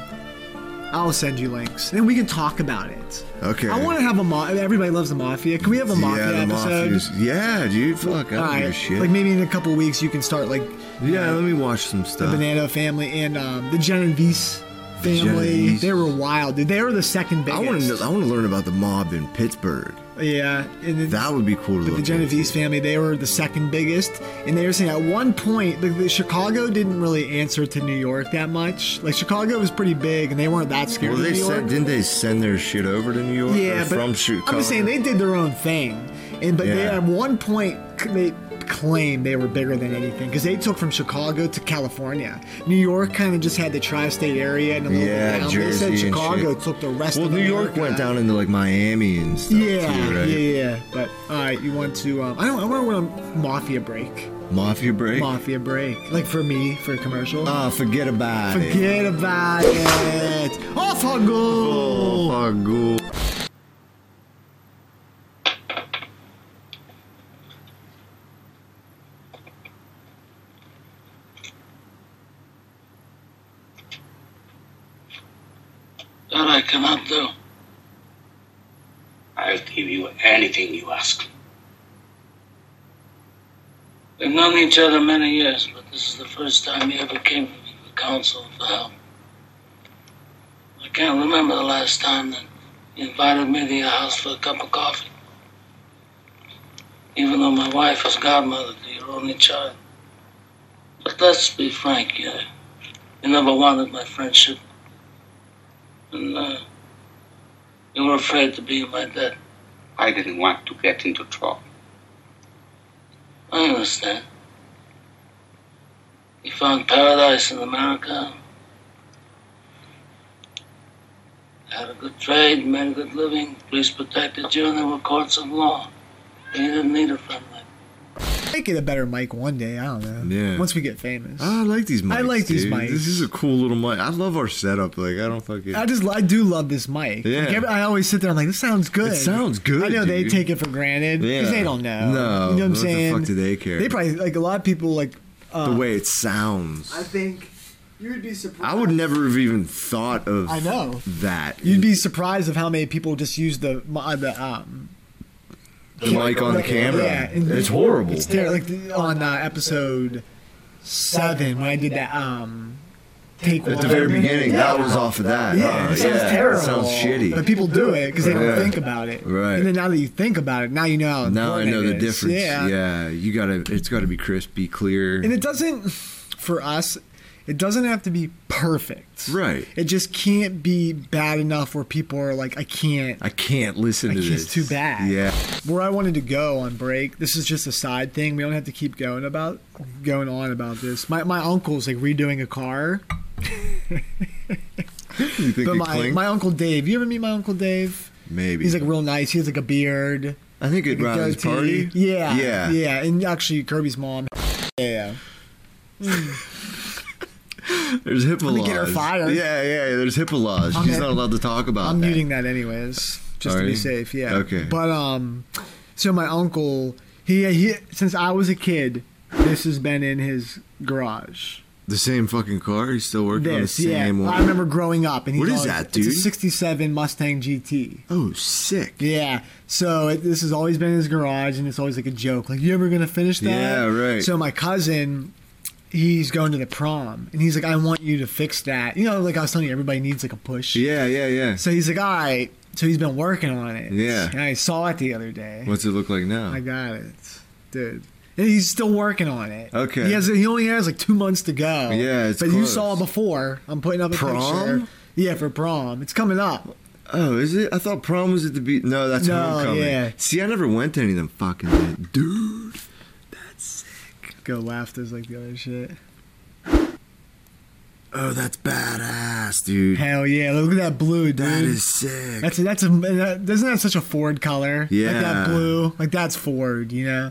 I'll send you links, and we can talk about it.
Okay.
I want to have a ma- Everybody loves the mafia. Can we have a mafia
yeah, the
episode?
mafia's- Yeah, dude. Fuck. I
All
don't give a
right.
shit.
Like maybe in a couple weeks you can start like
yeah, let me watch some
the
stuff.
Banana family and um, the Genovese family.
Genovese.
They were wild, dude. They were the second
I
biggest.
want to. I want to learn about the mob in Pittsburgh.
Yeah, and then,
That would be cool to
But
look.
the Genovese family, they were the second biggest, and they were saying at one point, the, the Chicago didn't really answer to New York that much. Like Chicago was pretty big, and they weren't that
At.
scared
Well,
of
they
New York.
sent, didn't they send their shit over to New York?
yeah,
or
but
from Chicago.
I'm just saying they did their own thing, and but they
Yeah.
at one point c- they claimed they were bigger than anything because they took from Chicago to California. New York kind of just had the tri-state area and a little
Yeah,
bit down.
Jersey
they said
and
Chicago
shit.
took the rest.
Well,
of
New York
America.
went down into like Miami and stuff
Yeah,
too, right?
yeah, yeah. But all right, you want to? Um, I don't. I want to want a mafia break.
Mafia break.
Mafia break. Like for me, for a commercial.
Ah, forget about it.
Forget about it. Off I
Oh,
go.
fuck, cool.
That I cannot do.
I'll give you anything you ask.
We've known each other many years, but this is the first time he ever came to me for counsel for help. I can't remember the last time that you invited me to your house for a cup of coffee. Even though my wife is godmother to your only child. But let's be frank, you, you never wanted my friendship. And uh, you were afraid to be in my debt.
I didn't want to get into trouble.
I understand. You found paradise in America. Had a good trade, made a good living. Police protected you, and there were courts of law. You didn't need a friend like me.
Make it a better mic one day. I don't know.
Yeah. Ah,
Once we get famous.
I like these mics.
I like these
dude.
mics.
This is a cool little mic. I love our setup. Like I don't fucking.
I just I do love this mic.
Yeah.
Like, every- I always sit there. I'm like, this sounds good.
It sounds good,
I know they
dude.
take it for granted because
Yeah.
they don't
No,
know. You know what I'm
what the
saying?
fuck do they care?
They probably like a lot of people like. Uh,
the way it sounds.
I think you would be surprised.
I would never have even thought of.
I know.
that.
You'd be surprised of how many people just use the uh, the um.
the mic on the camera.
Yeah, and-
it's horrible.
It's terrible. Like the- on uh, episode seven when I did that um. Take
At
one.
the very beginning, that was off of that.
Yeah,
Uh,
it sounds
yeah,
terrible.
It sounds
But
shitty.
people do it because they don't
Yeah.
think about it.
Right.
And then now that you think about it, now you know how
Now I
important
know
it
the
is.
difference.
Yeah.
Yeah. you gotta. It's gotta be crispy, clear.
And it doesn't, for us, it doesn't have to be perfect.
Right.
It just can't be bad enough where people are like, I can't.
I can't listen
I
to
can't-
this.
it's too bad.
Yeah,
Where I wanted to go on break, this is just a side thing. We don't have to keep going about going on about this. My my uncle's like redoing a car.
you think
But
we
my,
cling?
my uncle Dave, you ever meet my uncle Dave?
Maybe.
He's like real nice. He has like a beard.
I think at
Like a
Riley's
goatee.
party.
Yeah.
yeah,
Yeah. And actually, Kirby's mom. Yeah.
There's HIPAA
me
laws.
get her fired.
Yeah, yeah. There's HIPAA laws.
I'm
She's
at-
not allowed to talk about
I'm
that.
muting that anyways, just to
Alrighty.
be safe. Yeah.
Okay.
But um, so my uncle, he he, since I was a kid, this has been in his garage.
The same fucking car. He's still working on the
This,
same
yeah. I
one.
remember growing up, and he
What is
always-
that,
It's a
dude?
'67 Mustang GT.
Oh, sick.
Yeah. So it, this has always been in his garage, and it's always like a joke. Like, you ever gonna finish that?
Yeah, right.
So my cousin, he's going to the prom, and he's like, "I want you to fix that." You know, like I was telling you, everybody needs like a push.
Yeah, yeah, yeah.
So he's like, "All right." So he's been working on it.
Yeah.
And I saw it the other day.
What's it look like now?
I got it, dude. And he's still working on it.
Okay.
He has. He only has like two months to go.
Yeah, it's
But you
close.
saw before. I'm putting up a
Prom?
picture. Yeah, for prom. It's coming up.
Oh, is it? I thought prom was at the beach. No, that's
No,
homecoming.
yeah.
See, I never went to any of them fucking things. dude.
Go laugh. There's like the other shit.
Oh, that's badass, dude.
Hell yeah! Look at that blue, dude.
That is sick.
That's a, that's a that, doesn't that such a Ford color? like
Yeah.
that blue, like that's Ford. You know,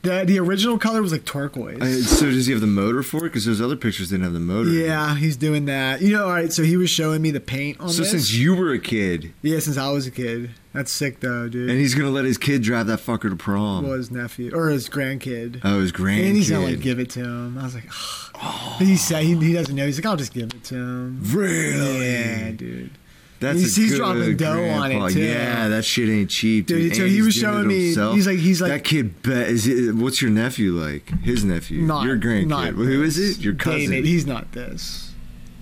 the the original color was like turquoise.
Uh, so does he have the motor for it? Because those other pictures didn't have the motor.
yeah, he's doing that. You know, all right. So he was showing me the paint on
So
this.
since you were a kid,
yeah, since I was a kid, that's sick though, dude.
and he's gonna let his kid drive that fucker to prom.
well, his nephew or his grandkid.
Oh, his grandkid. Oh.
And he's gonna like give it to him. I was like, But he said he, he doesn't know. He's like, I'll just give it to him.
Really?
Oh, Yeah, dude.
That's
He's-
a
he's
good
dropping dough on it,
grandpa.
too.
Yeah, that shit ain't cheap, dude.
Dude, so
And
he
he's
was
doing
showing
it
me-
himself.
he's like- he's like-
that kid. Bet is it, what's your nephew like? His nephew,
Not
your grandkid.
not
Who is
this.
it? Your cousin.
David, he's not this.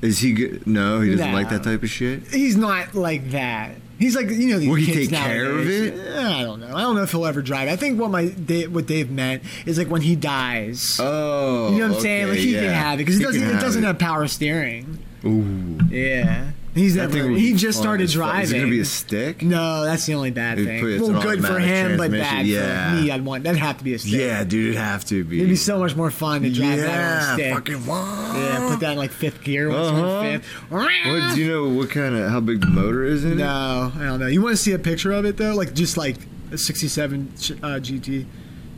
Is he good? No, he doesn't
No.
like that type of shit.
He's not like that. He's like you know these
Will he take
kids
care of
nowadays.
it?
Eh, I don't know. I don't know if he'll ever drive. I think what my Dave, what Dave meant is like when he dies.
Oh,
you know what I'm saying? Like he can have it because it doesn't. It doesn't have power steering.
Ooh,
Yeah, he's
that
never.
thing. would
He
be
just
fun
started
as fuck.
driving.
Is it gonna be a stick?
no, that's the only bad
It
thing.
puts
Well,
an
good for
automatic
him, but bad
transmission, yeah.
for me. I'd want that'd have to be a stick.
Yeah, dude, it'd have to be.
it'd be so much more fun to drive
yeah,
that on a stick.
fucking fun.
yeah, put that in like fifth gear. Once
Uh-huh.
uh fifth.
What do you know? What kind of how big the motor is in it?
No, I don't know. You want to see a picture of it though, like just like a '67 uh, GT,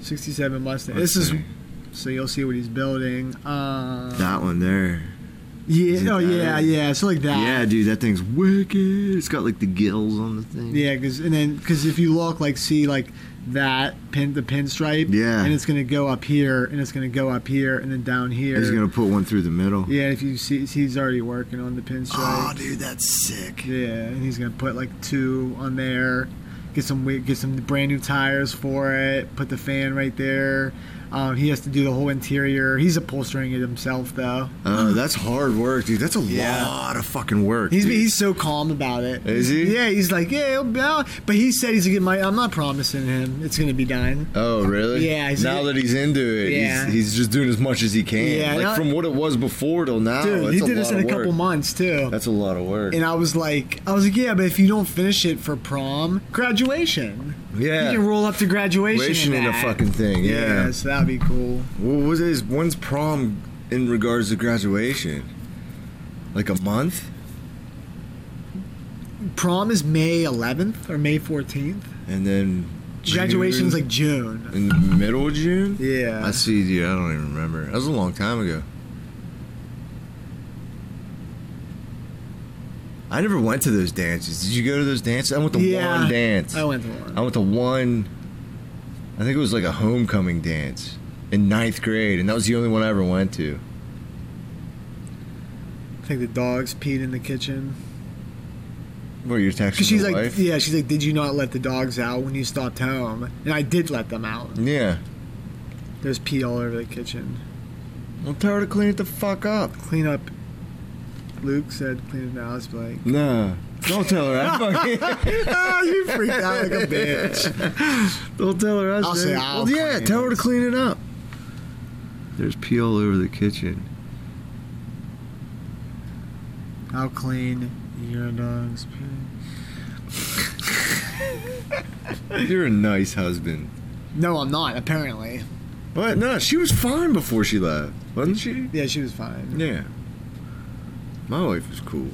'67 Mustang.
Let's
this
see.
is so you'll see what he's building. Uh,
That one there. it
yeah, oh
that?
yeah, yeah, so like that.
Yeah, dude, that thing's wicked. It's got like the gills on the thing.
yeah, because and then because if you look like see like that pin the pinstripe,
Yeah.
and it's gonna go up here and it's gonna go up here and then down here.
He's gonna put one through the middle.
yeah, if you see, he's already working on the pinstripe.
Oh, dude, that's sick.
Yeah, and he's gonna put like two on there, get some wi- get some brand new tires for it, put the fan right there. Um, he has to do the whole interior. He's upholstering it himself though.
Oh, that's hard work, dude. That's a
Yeah.
lot of fucking work.
He's
dude.
he's so calm about it.
Is he?
Yeah, he's like yeah, it'll be out. but he said he's gonna. My, I'm not promising him it's gonna be done.
Oh, really?
Yeah, he's-
now that he's into it,
Yeah.
he's, he's just doing as much as he can.
Yeah,
like
now-
from what it was before till now.
Dude,
Oh, that's
he
a
did
lot
this in a
of work.
couple months too.
That's a lot of work.
and I was like, I was like, yeah, but if you don't finish it for prom, graduation,
yeah,
you can roll up to graduation.
Graduation
in
in a
that.
fucking thing. Yeah.
so that'd be cool.
Well, what is when's prom in regards to graduation? Like a month?
prom is May 11th or May 14th.
And then
Graduation's
June?
like June.
in the middle of June.
Yeah.
I see, dude. I don't even remember. That was a long time ago. I never went to those dances. Did you go to those dances? I went to
yeah.
one dance.
I went to one.
I went to one. I think it was like a homecoming dance in ninth grade, and that was the only one I ever went to.
I think the dogs peed in the kitchen.
Where you're texting
Cause she's
your
like,
wife?
yeah, she's like, did you not let the dogs out when you stopped home? And I did let them out.
yeah.
There's pee all over the kitchen.
Well, tell her to clean it the fuck up.
Clean up. Luke said, clean it now. I was like,
Nah. Don't tell her. I fucking.
ah, you freaked out like a bitch.
Don't tell her. I
I'll
said.
say I'll
well, yeah.
clean
Tell her
it.
to clean it up. There's pee all over the kitchen.
I'll clean your dog's pee.
You're a nice husband.
No, I'm not. Apparently,
What? No, she was fine before she left, wasn't she?
yeah, she was fine.
Yeah. My wife was cool.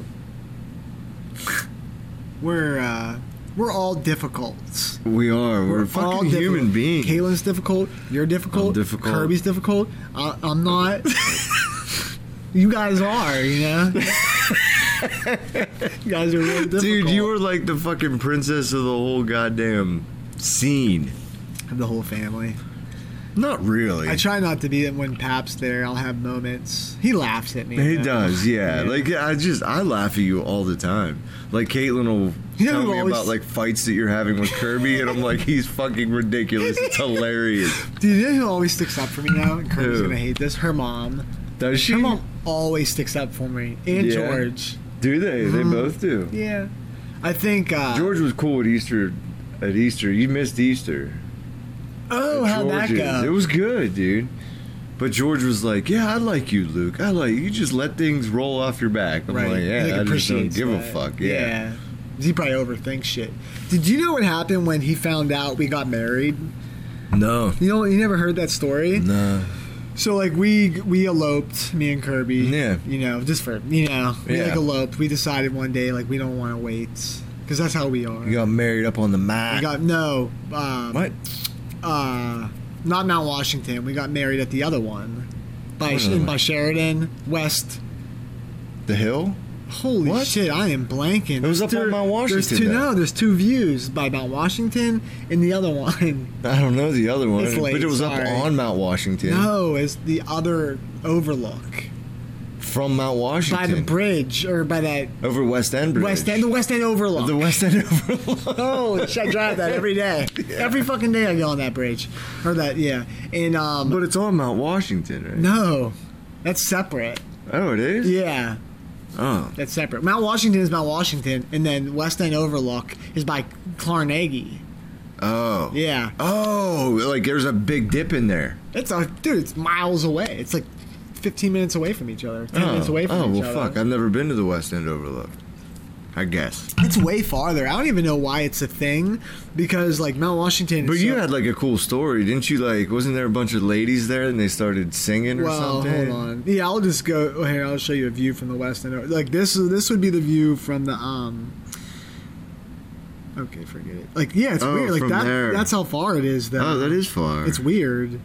We're uh, we're all difficult.
We are. We're, fucking human beings.
Kaylin's difficult. You're difficult.
I'm difficult.
Kirby's difficult. I, I'm not. you guys are. You know. you guys are really difficult.
Dude, you were like the fucking princess of the whole goddamn scene.
Of the whole family.
Not really.
I try not to be it when Pap's there. I'll have moments. He laughs at me.
he
you know?
does, yeah.
Yeah.
Like I just I laugh at you all the time. Like Caitlin will
Yeah,
tell
we've
me
always-
about like fights that you're having with Kirby, and I'm like, he's fucking ridiculous. It's hilarious.
Dude, you know who always sticks up for me now? And Kirby's
Who?
gonna hate this. Her mom.
Does she?
Her mom always sticks up for me. And
Yeah.
George.
Do they? They both do.
Yeah. I think. Uh,
George was cool at Easter. At Easter, you missed Easter.
Oh,
At
how'd that
George's. It
go?
was good, dude. But George was like, "Yeah, I like you, Luke. I like you. Just let things roll off your back." I'm like, "Yeah,
He, like,
I just don't
appreciates
give
that.
a fuck." Yeah.
He probably overthinks shit. Did you know what happened when he found out we got married?
No.
You know, you never heard that story.
No.
So like we we eloped, me and Kirby.
Yeah.
You know, just for you know, we
Yeah.
like eloped. We decided one day like we don't want to wait because that's how we are.
You got married up on the mat.
we got no. Um,
what?
Uh, not Mount Washington. We got married at the other one, by
What other
in,
one?
by Sheridan West.
The hill?
Holy
What?
shit, I am blanking. It
was up on Mount Washington,
There's two,
though.
no, there's two views by Mount Washington and the other one.
I don't know the other one,
It's late,
but it was
sorry.
up on Mount Washington
No, it's the other overlook
from Mount
by the
Washington
bridge or by that
over West End Bridge.
West End, the West End overlook.
The West End Overlook.
Holy shit, I drive that every day. Every fucking day I go on that bridge or that yeah. And um,
But it's on Mount Washington, right?
no, that's separate.
Oh, it is.
Yeah.
Oh.
That's separate. Mount Washington is Mount Washington, and then West End Overlook is by Clarnegie.
Oh.
Yeah,
Oh, like there's a big dip in there.
it's a dude. It's miles away. It's like fifteen minutes away from each other. Ten
oh.
minutes away from
oh,
each
well,
other.
fuck. I've never been to the West End Overlook. I guess.
It's way farther. I don't even know why it's a thing, because like Mount Washington. is
But you
so-
had like a cool story, didn't you? Like, wasn't there a bunch of ladies there and they started singing or
Well,
something?
hold on. Yeah, I'll just go. oh, Here, I'll show you a view from the West End. Like this. is- This would be the view from the um. Okay, forget it. Like yeah, it's
Oh,
weird. Like
from
that.
there.
That's how far it is, though.
Oh, that is far.
It's weird.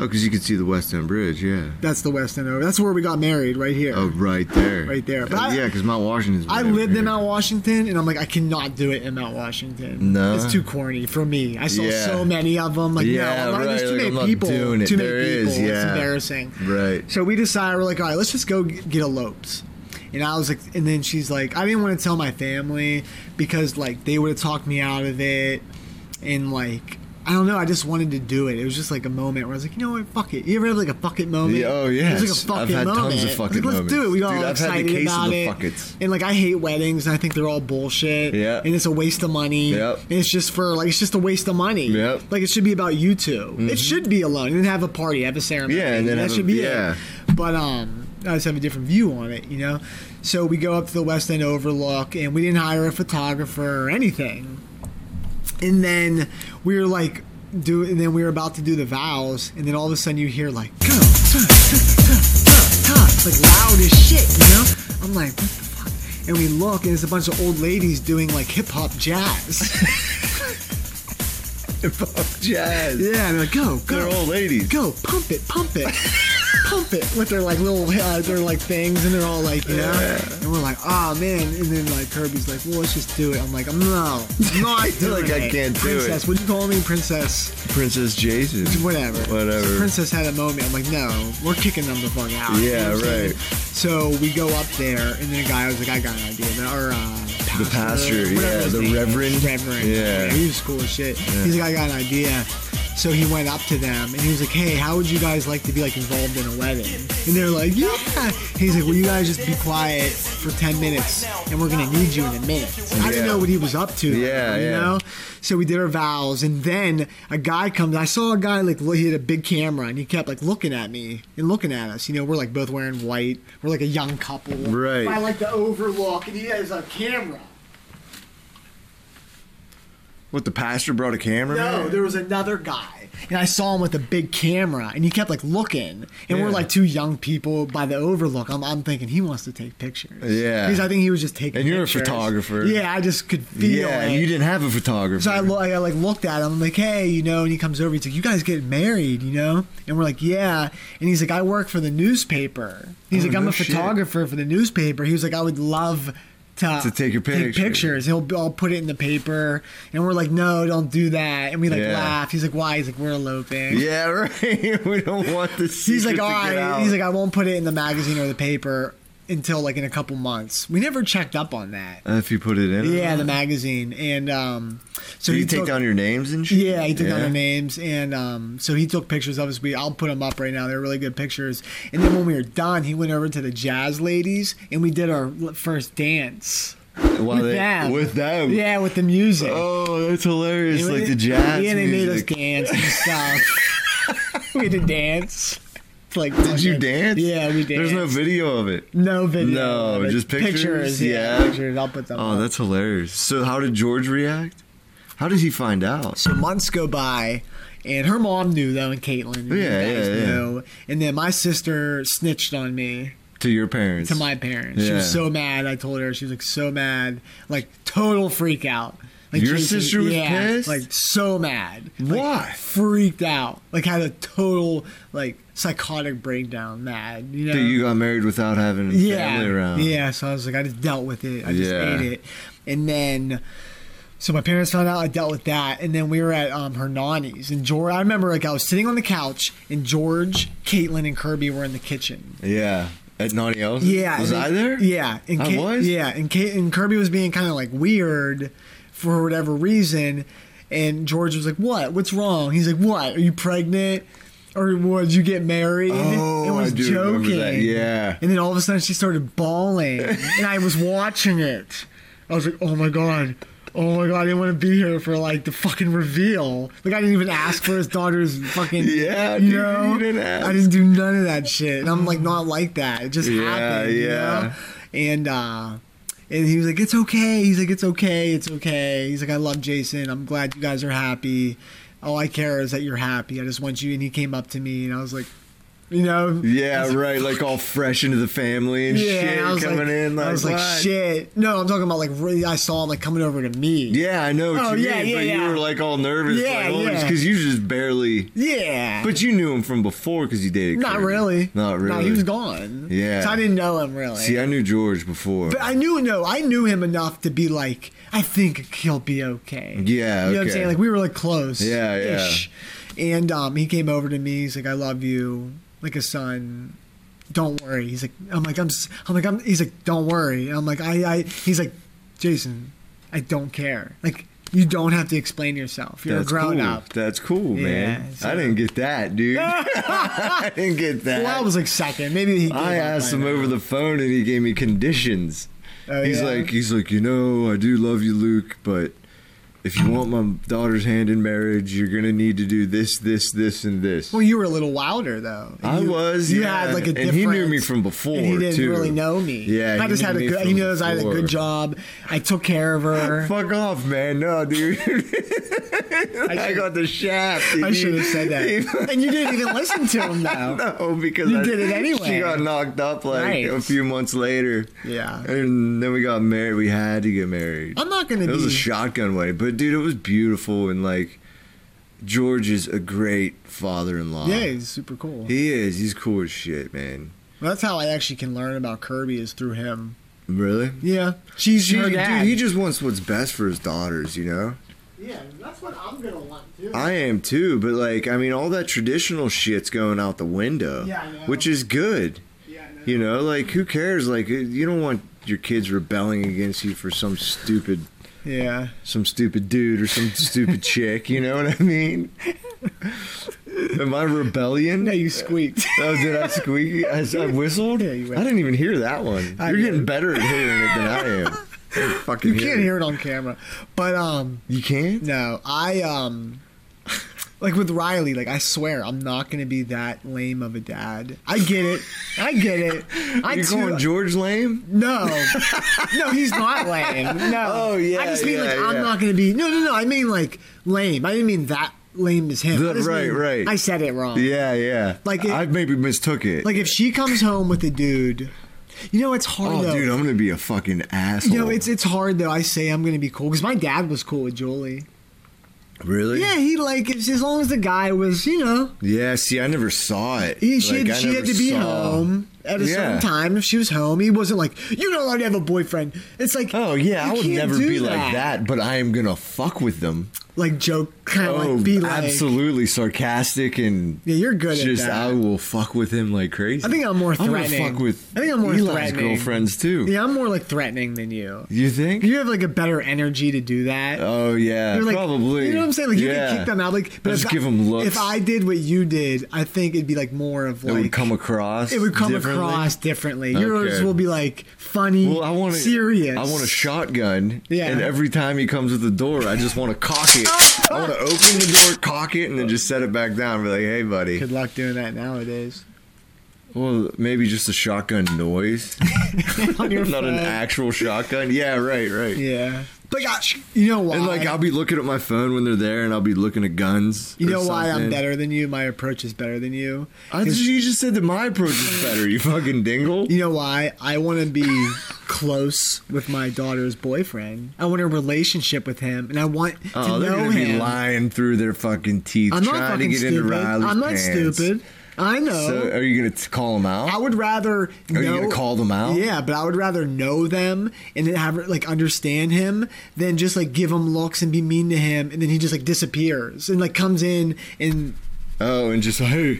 Oh, because you could see the West End Bridge, yeah.
That's the West End over. That's where we got married, right here.
Oh, right there.
Right there. But
Uh,
I-
yeah, because Mount Washington's.
I
right over
lived in
here.
Mount Washington, and I'm like, I cannot do it in Mount Washington.
No.
it's too corny for me. I saw
Yeah.
so many of them. Like,
Yeah,
no, I'm not-
right,
there's too
like,
many
I'm not
people.
doing it.
Too many
There is,
people. It's
yeah.
embarrassing.
Right.
So we decided we're like, all right, let's just go g- get eloped. And I was like, and then she's like, I didn't want to tell my family because like they would have talked me out of it, and like. I don't know. I just wanted to do it. It was just like a moment where I was like, you know what? Fuck it. You ever have like a fuck it moment?
Yeah, oh,
It was
yes.
like a fuck
I've
it
had tons
moment.
of
I was
fuck
like,
it
let's do it.
moments.
We got
Dude,
all
I've had the
excited
case of
about
the
it.
fuck it's.
And like I hate weddings and I think they're all bullshit.
Yeah.
And it's a waste of money.
Yep.
And it's just for like it's just a waste of money.
Yep. Mm-hmm.
Like it should be about you 2 It should be alone and have a party, have a ceremony.
Yeah, and then
that
have a-
should be
yeah.
it but um, I just have a different view on it, you know. So we go up to the West End Overlook, and we didn't hire a photographer or anything. And then we were like, do, and then we were about to do the vows, and then all of a sudden you hear like, go, tuh, tuh, tuh, tuh, tuh. It's, like loud as shit, you know. I'm like, what the fuck? And we look, and it's a bunch of old ladies doing like hip hop jazz.
Fuck jazz.
Yeah, and they're like, go, go.
They're old ladies.
Go, pump it, pump it, pump it with their like little, uh, their like things, and they're all like, you know, and we're like, ah man, and then like Kirby's like, well, let's just do it. I'm like, no, I'm not
feel like
doing
I
it.
can't do it.
Princess, would you call me princess?
Princess Jason.
Whatever.
Whatever.
Princess had a moment. I'm like, no, we're kicking them the fuck out. You know
Yeah,
what I'm saying?
right.
So we go up there, and then a guy was like, I got an idea. And Our uh, pastor,
pastor,
whatever
yeah,
his
the
name is,
reverend.
Reverend.
Yeah.
he was cool as shit. He's like, I got an idea. So he went up to them and he was like, Hey, how would you guys like to be like involved in a wedding? And they're like, Yeah. He's like, Will you guys just be quiet for ten minutes and we're gonna need you in a minute. And I didn't
Yeah.
know what he was up to.
Yeah,
you
yeah.
know. So we did our vows and then a guy comes. I saw a guy like look- he had a big camera and he kept like looking at me and looking at us. You know, we're like both wearing white. We're like a young couple.
Right.
I like the overlook and he has a camera.
What the pastor brought a camera?
No, there was another guy, and I saw him with a big camera, and he kept like looking, and
Yeah.
we're like two young people by the overlook. I'm, I'm thinking he wants to take pictures.
Yeah.
because I think he was just taking.
And you're a
pictures.
photographer.
Yeah, I just could feel
yeah,
it.
and you didn't have a photographer.
So I, lo- I like looked at him, I'm like, hey, you know, and he comes over, he's like, you guys getting married, you know? And we're like, yeah. And he's like, I work for the newspaper. He's
Oh,
like, I'm
no
a
shit.
photographer for the newspaper. He was like, I would love to,
To take your picture.
pictures. He'll I'll put it in the paper. And we're like, no, don't do that. And we like
Yeah.
laugh. He's like, why? He's like, we're eloping.
yeah, right. we don't want this.
He's like,
secret
all
to get
right.
out.
He's like, I won't put it in the magazine or the paper until like in a couple months. We never checked up on that.
Uh, if you put it in.
Yeah, the magazine. And um, so
So you
he
take
took-
down your names and shit.
Yeah, he took down their names, and um, so he took pictures of us. We, I'll put them up right now. They're really good pictures. And then when we were done, he went over to the jazz ladies, and we did our l- first dance
While
with
Oh, they-
them.
With them.
Yeah, with the music.
Oh, that's hilarious!
And we-
like the jazz.
Yeah, they made us
music.
dance and stuff. we had to dance. It's Like,
Did you dance?
Yeah, we danced.
There's no video of it.
No video.
No,
but
just pictures?
Yeah,
Yeah.
pictures. I'll put them.
Oh,
up.
that's hilarious. So how did George react? How did he find out?
So months go by, and her mom knew though, and Caitlin, and you
Yeah,
guys
yeah, yeah.
knew. And then my sister snitched on me
To your parents.
to my parents. She was
Yeah.
so mad. I told her she was like so mad, like total freak out. Like
Your sister was
yeah,
pissed?
like so mad. Like,
Why?
Freaked out. Like had a total like psychotic breakdown. Mad. You know.
That you got married without having
yeah.
family around.
Yeah. So I was like, I just dealt with it. I just
Yeah.
ate it, and then. So my parents found out I dealt with that, and then we were at um, her nanny's, and George. I remember like I was sitting on the couch, and George, Caitlin, and Kirby were in the kitchen,
Yeah. At Naughty Ellis?
yeah,
Was
and
I
then-
there?
Yeah, and
I
Ka-
was?
Yeah, and Ka- and Kirby was being kind of like weird for whatever reason, and George was like, "What? What's wrong?" He's like, "What? Are you pregnant?" Or would you get married?
Oh,
and was
I do
joking.
remember that, yeah.
And then all of a sudden she started bawling, and I was watching it. I was like, "Oh my god, oh my god!" I didn't want to be here for like the fucking reveal. Like I didn't even ask for his daughter's fucking.
Yeah,
you
dude,
know,
you didn't ask.
I didn't do none of that shit, and I'm like not like that. It just
Yeah,
happened. you
yeah.
know? And uh and he was like, It's okay. He's like, It's okay, it's okay. He's like, I love Jason. I'm glad you guys are happy. All I care is that you're happy. I just want you and he came up to me and I was like you know
Yeah, right. Like all fresh into the family and shit
I was
coming
like,
in. Like,
I was like,
what?
shit. No, I'm talking about like really I saw him like coming over to me.
Yeah, I know what
Oh,
you
yeah,
mean,
yeah,
but you
yeah.
were like all nervous.
Yeah,
like, oh,
yeah.
Because you just barely.
Yeah.
But you knew him from before because you dated.
not
Kirby.
really.
Not really.
No, he was gone.
Yeah.
So I didn't know him really.
See, I knew George before.
But I knew no, I knew him enough to be like, I think he'll be okay.
Yeah,
you know what I'm
okay.
saying. Like we were like close.
Yeah, yeah.
And um, he came over to me. He's like, I love you, like a son. Don't worry. He's like, I'm like, I'm, s- I'm like, I'm. He's like, don't worry. I'm like, I, I. He's like, Jason, I don't care. Like you don't have to explain yourself. You're
That's
a grown
cool.
up.
That's cool, man.
Yeah, so-
I didn't get that, dude. I didn't get that.
Well, I was like second. Maybe he.
I
gave up
asked
by
him
now.
over the phone, and he gave me conditions.
Oh,
he's
yeah?
like, he's like, you know, I do love you, Luke, but if you want my daughter's hand in marriage, you're gonna need to do this, this, this, and this.
Well, you were a little wilder though.
I
You-
was,
You
yeah.
had like a
And he knew me
difference.
from before,
And he didn't
too.
really know me.
Yeah,
I
he
just
knew
had a
me
good.
from
He knows I had a
before.
good job. I took care of her.
Fuck off, man. No, dude. I,
should've-
got the shaft.
I should have said that. and you didn't even listen to him though.
No, because
You
I-
did it anyway.
She got knocked up like
Right.
a few months later.
Yeah.
and then we got married. We had to get married.
I'm not gonna
It
be.
was a shotgun wedding, but dude, it was beautiful and like George is a great father-in-law.
Yeah, he's super cool.
he is. He's cool as shit, man.
That's how I actually can learn about Kirby is through him.
Really?
Yeah, she's
She,
her
dude,
dad.
he just wants what's best for his daughters, you know?
yeah, that's what I'm gonna want too.
I am too, but like, I mean, all that traditional shit's going out the window,
Yeah, I know.
which is good.
yeah, I know.
You know, like, who cares? Like, you don't want your kids rebelling against you for some stupid,
yeah.
some stupid dude or some stupid chick. You know what I mean? Am I rebellion?
No, you squeaked.
Oh, did I squeak? I, I whistled.
Yeah, you
I didn't even hear that one.
I
You're
did.
getting better at hearing it than I am. I don't fucking
you can't hear it on camera, but um,
You can't.
no, I um, like with Riley, like I swear I'm not gonna be that lame of a dad. I get it. I get it. I
You're
too-
calling George lame?
No, no, he's not lame. No.
Oh, yeah,
I just mean like
yeah, yeah.
I'm not gonna be. No, no, no. I mean like lame. I didn't mean that lame as him.
The-
I just
right,
mean
right.
I said it wrong.
Yeah, yeah.
Like it-
I maybe mistook it.
Like if she comes home with a dude, you know it's hard.
oh,
though.
dude, I'm gonna be a fucking asshole.
you know it's it's hard though. I say I'm gonna be cool because my dad was cool with Jolie.
really.
Yeah, he like it's, as long as the guy was, you know,
Yeah. See, I never saw it.
he, she,
Like,
had,
I
she had
never
to be
saw-
home at a
Yeah.
certain time. If she was home, he wasn't like you don't allowed to have a boyfriend. It's like
Oh yeah,
you
I would
can't
never
do
be like that, but I am gonna fuck with them.
Like joke, kind of
oh,
like be like
absolutely sarcastic and
Yeah, you're good at
just
that.
I will fuck with him like crazy.
I think I'm more
I'm
threatening.
gonna fuck with.
I think I'm more
Eli's
threatening.
girlfriends too.
Yeah, I'm more like threatening than you.
You think?
You have like a better energy to do that.
Oh yeah,
You're like-
probably.
You know what I'm saying? Like you
Yeah.
can kick them out. Like,
I'll
if
just
I-
give 'em looks.
If I did what you did, I think it'd be like more of
It
like
would come across.
It would come
differently.
across differently. Yours
Okay.
will be like funny,
Well, I want
serious.
I want a shotgun.
Yeah.
And every time he comes with the door, I just want to cock it. I want to open the door, cock it, and then just set it back down. and Be like, hey, buddy.
Good luck doing that nowadays.
Well, maybe just a shotgun noise,
On your
not an
phone.
actual shotgun. Yeah, right, right.
Yeah, but I, you know why?
And like, I'll be looking at my phone when they're there, and I'll be looking at guns.
you
or
know why I'm
something.
better than you. My approach is better than you.
I just, you just said that my approach is better. You fucking dingle.
You know why? I want to be close with my daughter's boyfriend. I want a relationship with him, and I want
Oh,
to
they're
know
gonna be
him.
lying through their fucking teeth,
I'm not
trying
fucking
to get
stupid.
into Riley's
I'm not
pants.
stupid. I know.
So, are you gonna t- call them out?
I would rather
Are
know,
you gonna call them out?
Yeah, but I would rather know them and then have like understand him than just like give him looks and be mean to him and then he just like disappears and like comes in and
Oh, and just hey,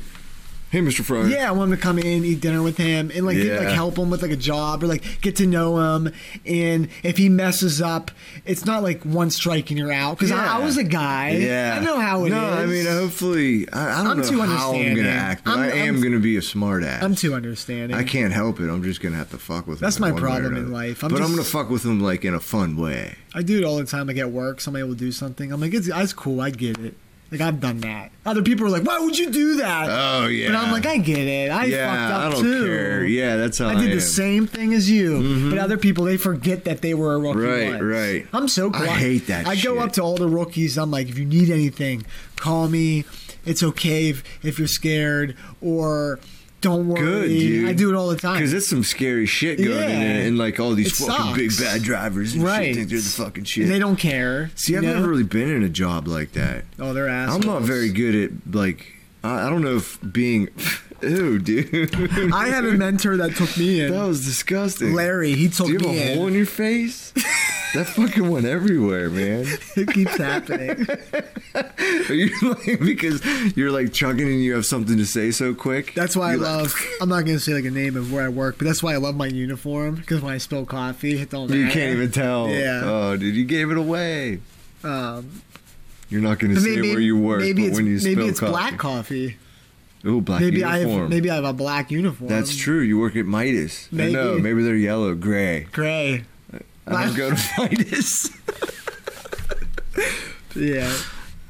hey, Mr. Fryer.
yeah, I want him to come in, eat dinner with him and like get-
Yeah.
like help him with like a job or like get to know him and if he messes up, it's not like one strike and you're out because I, I
Yeah.
was a guy.
Yeah,
I know how it is.
no, I mean, hopefully, I, I
I'm
don't
too
know how I'm
understanding.
gonna act, but
I'm-
I'm,
I'm-
gonna be a smart ass.
I'm too understanding.
I can't help it. I'm just gonna have to fuck with.
That's
them
my
one way or
problem in
another.
life. I'm
but I'm
just-
gonna fuck with them like in a fun way.
I do it all the time. Like at work, somebody will do something. I'm like, it's, it's cool. I get it. Like I've done that. Other people are like, why would you do that?
Oh yeah.
But I'm like, I get it. I fucked
yeah,
up
I don't
too.
care. Yeah, that's how
I did
am.
the same thing as you, but other people they forget that they were a rookie.
Mm-hmm. Right,
once.
right.
I'm so cool.
I hate that
I go
shit.
up to all the rookies. I'm like, if you need anything, call me. It's okay if, if you're scared or don't worry.
Good, dude.
I do it all the time.
Because it's some scary shit going on
Yeah.
in there, and like all these
It
fucking big
sucks.
bad drivers and
Right.
shit think they're the fucking shit.
and they don't care.
See,
you
I've
know?
never really been in a job like that.
Oh, they're assholes.
I'm not very good at like I, I don't know if being ew, dude.
I had a mentor that took me in.
that was disgusting.
Larry, he took
do you have
me
a
in.
hole in your face? that fucking went everywhere, man.
It keeps happening.
Are you like because you're like chugging and you have something to say so quick?
That's why I
You're like,
love. I'm not gonna say like a name of where I work, but that's why I love my uniform because when I spill coffee, it don't matter.
You can't even tell.
Yeah.
Oh, dude, you gave it away.
Um,
You're not going to
but
say where you work,
Maybe
but
it's
when you spill
maybe it's
coffee.
black coffee.
Ooh, black
Maybe I have
uniform.
maybe I have a black uniform.
That's true. You work at Midas.
Maybe.
No, maybe they're yellow, gray.
Gray.
I don't go to Midas.
Yeah.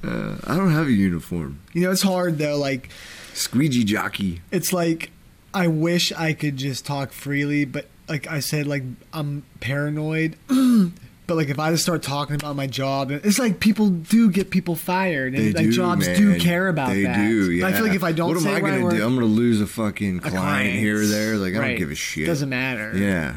Uh, I don't have a uniform.
You know it's hard though. Like
Squeegee jockey.
it's like I wish I could just talk freely, but like I said, like I'm paranoid. But like, if I just start talking about my job, it's like people do get people fired, and
They
like
do,
jobs
man.
do care about
they
that.
do.
And
Yeah.
I feel like if I don't
what am
say
I
where
gonna
work-
do? I'm gonna lose a fucking
a
client, here or there. Like I
Right.
don't give a shit.
Doesn't matter.
Yeah.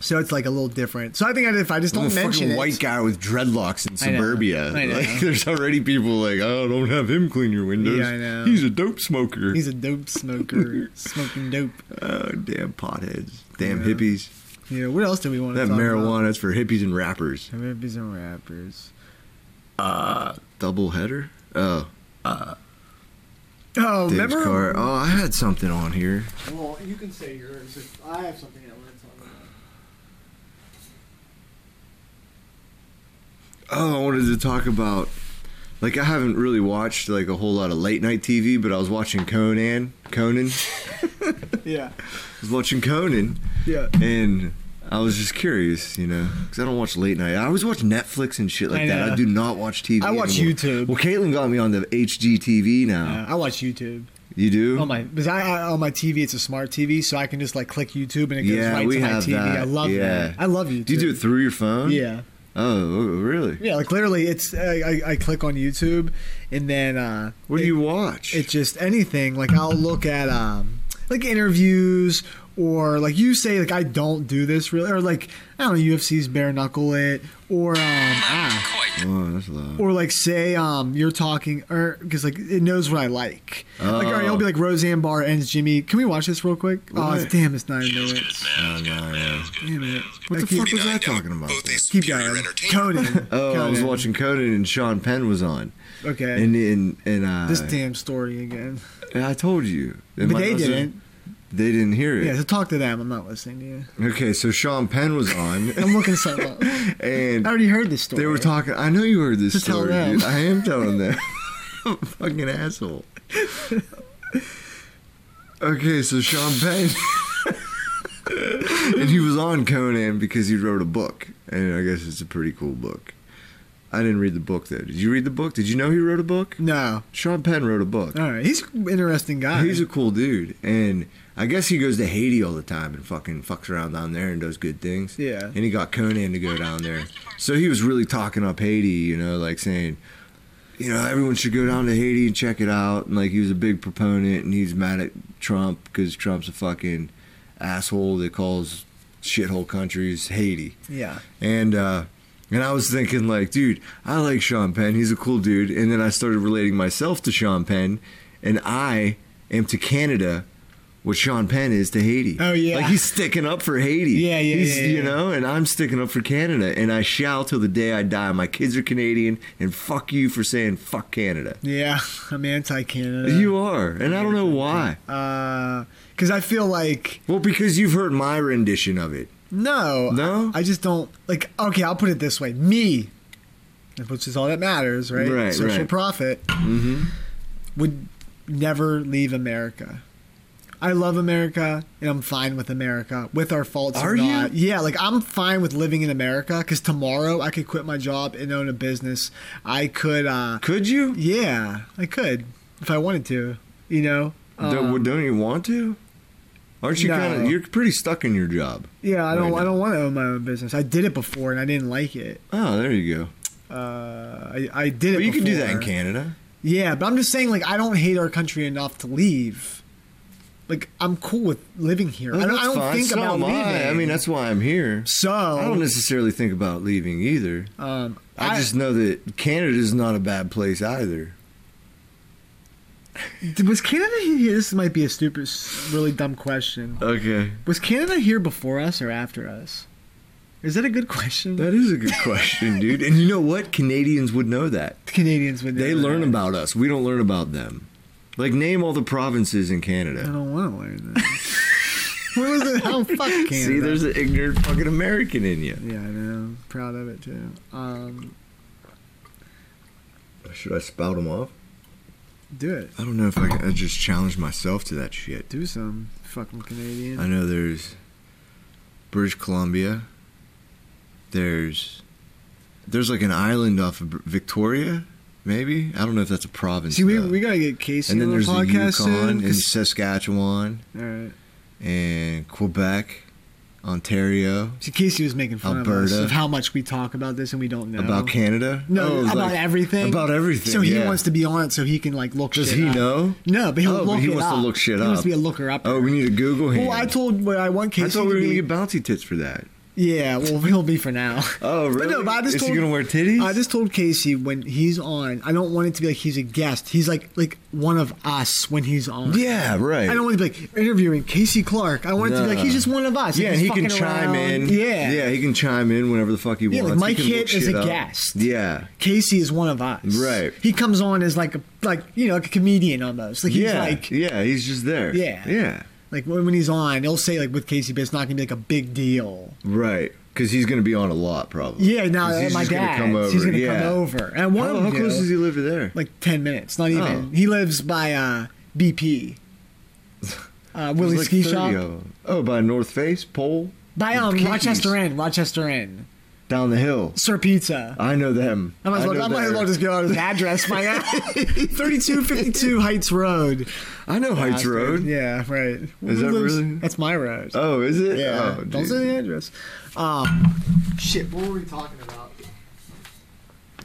So it's like a little different. So I think if I just
I'm a
don't mention
fucking
it,
white guy with dreadlocks in
I know.
suburbia.
I know.
Like, there's already people like, oh, don't have him clean your windows.
Yeah, I know.
He's a dope smoker.
he's a dope smoker, smoking dope.
oh, damn potheads. Damn hippies.
Yeah. What else do we want to
That
talk
marijuana, that's for hippies and rappers.
About? Hippies and rappers.
Double header? Oh,
Oh,
Dave's
remember?
car. Oh, I had something on here.
Well, you can say yours. If I have something I want to talk about.
Oh, I wanted to talk about. Like, I haven't really watched, like, a whole lot of late night TV, but I was watching Conan. Conan.
Yeah.
I was watching Conan.
Yeah.
and I was just curious, you know, because I don't watch late night. I always watch Netflix and shit like
I
that.
know.
I do not watch TV.
I watch
anymore.
YouTube.
Well, Caitlin got me on the HGTV now.
Uh, I watch YouTube
You do?
on Oh my because I, I on my TV it's a smart TV so I can just like click YouTube and it goes
Yeah,
right
we
to my
have
TV.
that.
I love
Yeah.
that. I love YouTube.
do you do it through your phone?
Yeah.
Oh, oh, really?
Yeah, like literally, it's I, I, I click on YouTube, and then uh,
What
it-
do you watch?
It's just anything. Like I'll look at um, like interviews or like you say like I don't do this really or like I don't know UFC's bare knuckle it or um ah,
oh, that's loud.
or like say um you're talking or because like it knows what I like. Like all right,
Oh.
I'll be like Roseanne Barr ends Jimmy. Can we watch this real quick? Oh
Right.
it's- damn, it's nine minutes.
Oh, no, yeah.
Damn it.
What the
I keep-
fuck was I talking about?
Keep going. Conan.
Oh, I was
Conan.
watching Conan and Sean Penn was on,
Okay.
and and and uh,
this damn story again.
and I told you, And
But
my
they
husband-
didn't.
They didn't hear it.
Yeah, so talk to them. I'm not listening to you.
Okay, so Sean Penn was on,
I'm looking something up. I
and
already heard this story.
They were talking. I know you heard this
Just tell
story.
them.
Dude. I am telling them. I'm a fucking asshole. Okay, so Sean Penn, and he was on Conan because he wrote a book, and I guess it's a pretty cool book. I didn't read the book though. Did you read the book? Did you know he wrote a book?
No.
Sean Penn wrote a book.
All right. He's an interesting guy.
He's a cool dude, and I guess he goes to Haiti all the time and fucking fucks around down there and does good things.
Yeah.
and he got Conan to go down there, so he was really talking up Haiti, you know, like saying, you know, everyone should go down to Haiti and check it out, and like he was a big proponent, and he's mad at Trump because Trump's a fucking asshole that calls shithole countries Haiti.
yeah.
And uh and I was thinking like, dude, I like Sean Penn. He's a cool dude. And then I started relating myself to Sean Penn, and I am to Canada what Sean Penn is to Haiti.
Oh, yeah.
Like he's sticking up for Haiti.
Yeah, yeah,
He's,
yeah,
You
yeah.
know, and I'm sticking up for Canada, and I shall till the day I die. My kids are Canadian, and fuck you for saying fuck Canada.
Yeah. I'm anti Canada.
You are, and I don't know why.
Because Uh, I feel like,
Well, because you've heard my rendition of it.
no.
No?
I, I just don't. Like, okay, I'll put it this way. Me, which is all that matters, right?
Right,
Social
right. Mm-hmm.
profit, would never leave America. I love America and I'm fine with America, with our faults
Are
or
you?
not. Yeah, like I'm fine with living in America because tomorrow I could quit my job and own a business. I could, uh,
Could you?
Yeah, I could if I wanted to. You know. Uh,
Don't, well, don't you want to? Aren't you
Um, No.
kind of? You're pretty stuck in your job.
Yeah, I don't.
Right
I
now.
don't want to own my own business. I did it before and I didn't like it.
Oh, there you go.
Uh, I, I did it.
But you can do that in
before.
Canada.
Yeah, but I'm just saying, like, I don't hate our country enough to leave. Like, I'm cool with living here. I don't, I don't think
so
about
am
leaving.
I. I mean, that's why I'm here.
so
I don't necessarily think about leaving either.
um,
I,
I,
just know that Canada is not a bad place either.
was Canada here. This might be a stupid, really dumb question.
Okay,
Was Canada here before us or after us? Is that a good question?
that is a good question, dude. And you know what? Canadians would know that.
Canadians would.
They
know
learn
that.
about us. We don't learn about them. Like name all the provinces in
I
Canada.
don't want to learn that. Where was it? Oh, fuck Canada.
See, there's an ignorant fucking American in you.
Yeah, I know. Proud of it too. Um,
Should I spout them off?
do it.
I don't know if I can. I just challenge myself to that shit.
Do some fucking Canadian.
I know there's British Columbia. There's there's like an island off of Victoria, maybe. I don't know if that's a province.
See, we,
though.
we gotta get Casey
and then
on the
there's the Yukon
podcast soon.
and
'cause-
Saskatchewan
All right.
and Quebec, Ontario.
See, Casey was making fun of us
Alberta.
of how much we talk about this and we don't know
About Canada?
No,
Oh,
about
like-
everything.
About everything.
So he
yeah.
wants to be on it, so he can like look.
Does
shit
he
up.
know?
No, but he'll
Oh, but
look
he
it
wants to
up.
look shit
He wants to be a
up.
looker up.
Oh, we need a Google hand.
Well, I told what I want Casey.
I thought we were
to
gonna
be-
get bouncy tits for that.
Yeah, well, he'll be for now.
Oh, really?
But no, but I just
Is
told,
he gonna wear titties?
I just told Casey when he's on. I don't want it to be like he's a guest. He's like like one of us when he's on.
yeah, right.
I don't want it to be like interviewing Casey Clark. I want it to be like
No.
he's just one of us.
yeah,
Like,
and he
he's
can
fucking
chime
around.
in.
Yeah,
yeah, he can chime in whenever the fuck he
Yeah, like
wants. He
Mike
can look
Hitt is
shit
a
up.
guest.
Yeah,
Casey is one of us.
Right.
He comes on as like a like you know like a comedian almost. Like he's
yeah,
like
yeah. He's just there.
Yeah.
yeah,
like when when he's on, he'll say like with Casey, but it's not gonna be like a big deal.
right. Because he's gonna be on a lot, probably.
Yeah, now
'Cause
uh,
he's
my
just gonna
dad.
come over.
He's gonna
yeah.
come over. And one
How,
of them
how close does he live to there?
Like ten minutes, not
Oh.
even. He lives by uh, BP. Uh,
There's
Willie's
like
Ski
30
Shop
of 'em. Oh, by North Face, Pole,
by um
Keys.
Rochester Inn, Rochester Inn,
down the hill.
Sir Pizza.
I know them.
I might as well,
know
I might as
their-
well just go out his address. My thirty-two fifty-two Heights Road.
I know Heights
Bastard.
Road.
Yeah, right.
Is that really-
That's my road.
Oh, is it?
yeah.
Oh,
Don't
dude.
say the address. Um, shit. What were we talking about?